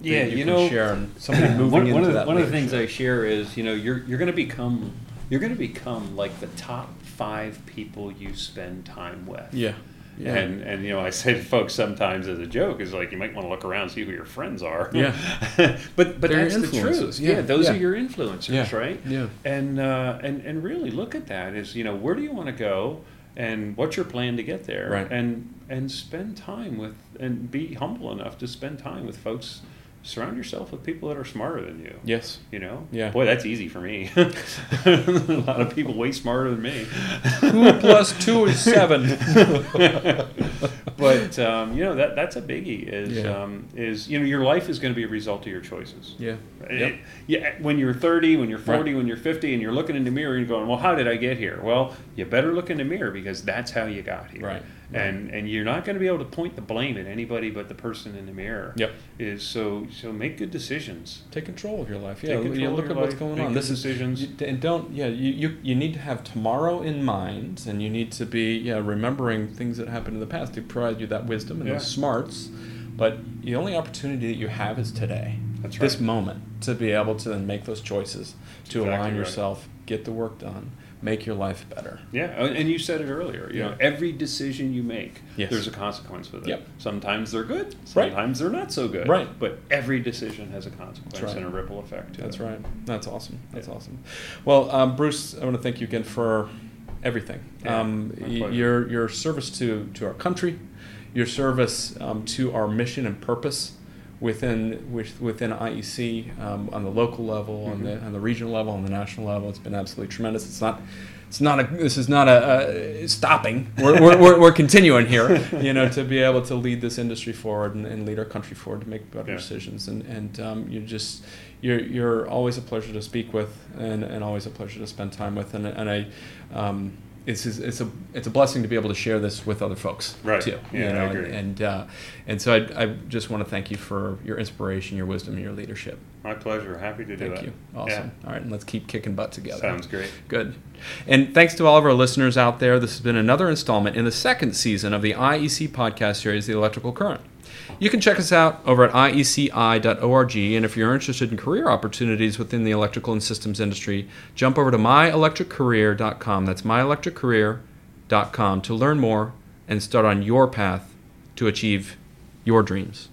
S2: that
S4: Yeah,
S2: you,
S4: you
S2: can
S4: know,
S2: share on somebody moving
S4: one,
S2: into
S4: one of the,
S2: that
S4: one of the things I
S2: leadership?
S4: share is you know you're you're going to become you're going to become like the top five people you spend time with.
S2: yeah, yeah,
S3: And and you know, I say to folks sometimes as a joke is like you might want to look around and see who your friends are.
S2: Yeah.
S3: but but
S2: They're your
S3: that's the
S2: influences,
S3: truth.
S2: yeah,
S3: Yeah, those
S2: yeah.
S3: are your influencers,
S2: Yeah,
S3: right?
S2: yeah.
S3: And uh, and and really look at that is you know where do you want to go and what's your plan to get there
S2: Right.
S3: and and spend time with and be humble enough to spend time with folks. Surround yourself with people that are smarter than you.
S2: yes,
S3: You know,
S2: Yeah.
S3: Boy, that's easy for me. a lot of people way smarter than me.
S2: two plus two is seven.
S3: but um, you know that that's a biggie. Is
S2: Yeah.
S3: um, is you know your life is going to be a result of your choices.
S2: yeah,
S3: It- yeah. When you're 30, when you're 40,
S2: Right.
S3: when you're 50, and you're looking in the mirror and going, "Well, how did I get here?" Well, you better look in the mirror because that's how you got here.
S2: Right.
S3: And and you're not going to be able to point the blame at anybody but the person in the mirror.
S2: Yep.
S3: Is so so make good decisions.
S2: take control of your life.
S3: Take
S2: Yeah,
S3: control
S2: yeah
S3: of
S2: look
S3: your
S2: at what's
S3: life,
S2: going
S3: make
S2: on.
S3: good
S2: This
S3: decisions.
S2: is you- and don't yeah. You, you you need to have tomorrow in mind, and you need to be yeah remembering things that happened in the past to provide you that wisdom and
S3: Yeah.
S2: those smarts. But the only opportunity that you have is today.
S3: That's
S2: This
S3: right.
S2: moment to be able to then make those choices to
S3: Exactly
S2: align
S3: right.
S2: yourself, get the work done, make your life better.
S3: Yeah, and and you said it earlier. You
S2: Yeah.
S3: know, every decision you make,
S2: Yes.
S3: there's a consequence with it.
S2: Yep.
S3: Sometimes they're good,
S2: Right.
S3: sometimes they're not so good.
S2: Right.
S3: But every decision has a consequence
S2: right.
S3: and a ripple effect. To
S2: That's
S3: it.
S2: right. That's awesome. That's
S3: Yeah.
S2: awesome. Well, um, Bruce, I want to thank you again for everything.
S3: Yeah,
S2: um,
S3: my
S2: y-
S3: pleasure.
S2: your your service to to our country, your service um, to our mission and purpose within with, within IEC um, on the local level,
S3: Mm-hmm.
S2: on the on the regional level, on the national level. It's been absolutely tremendous. It's not. It's not a. This is not a, a stopping. We're, we're, we're, we're continuing here, you know, to be able to lead this industry forward and, and lead our country forward to make better
S3: Yeah.
S2: decisions. And and um, you just you're you're always a pleasure to speak with, and, and always a pleasure to spend time with. And and I, um, it's it's it's a it's a blessing to be able to share this with other folks
S3: Right.
S2: too.
S3: Yeah, I
S2: you know, and-
S3: agree.
S2: And uh, and so I, I just want to thank you for your inspiration, your wisdom, and your leadership.
S3: My pleasure. Happy to do
S2: Thank
S3: it.
S2: you.
S3: Yeah.
S2: Awesome. All right, and let's keep kicking butt together.
S3: Sounds great.
S2: Good. And thanks to all of our listeners out there. This has been another installment in the second season of the IEC podcast series, The Electrical Current. You can check us out over at E ieci.org. And if you're interested in career opportunities within the electrical and systems industry, jump over to myelectriccareer.com. That's myelectriccareer.com to learn more and start on your path to achieve your dreams.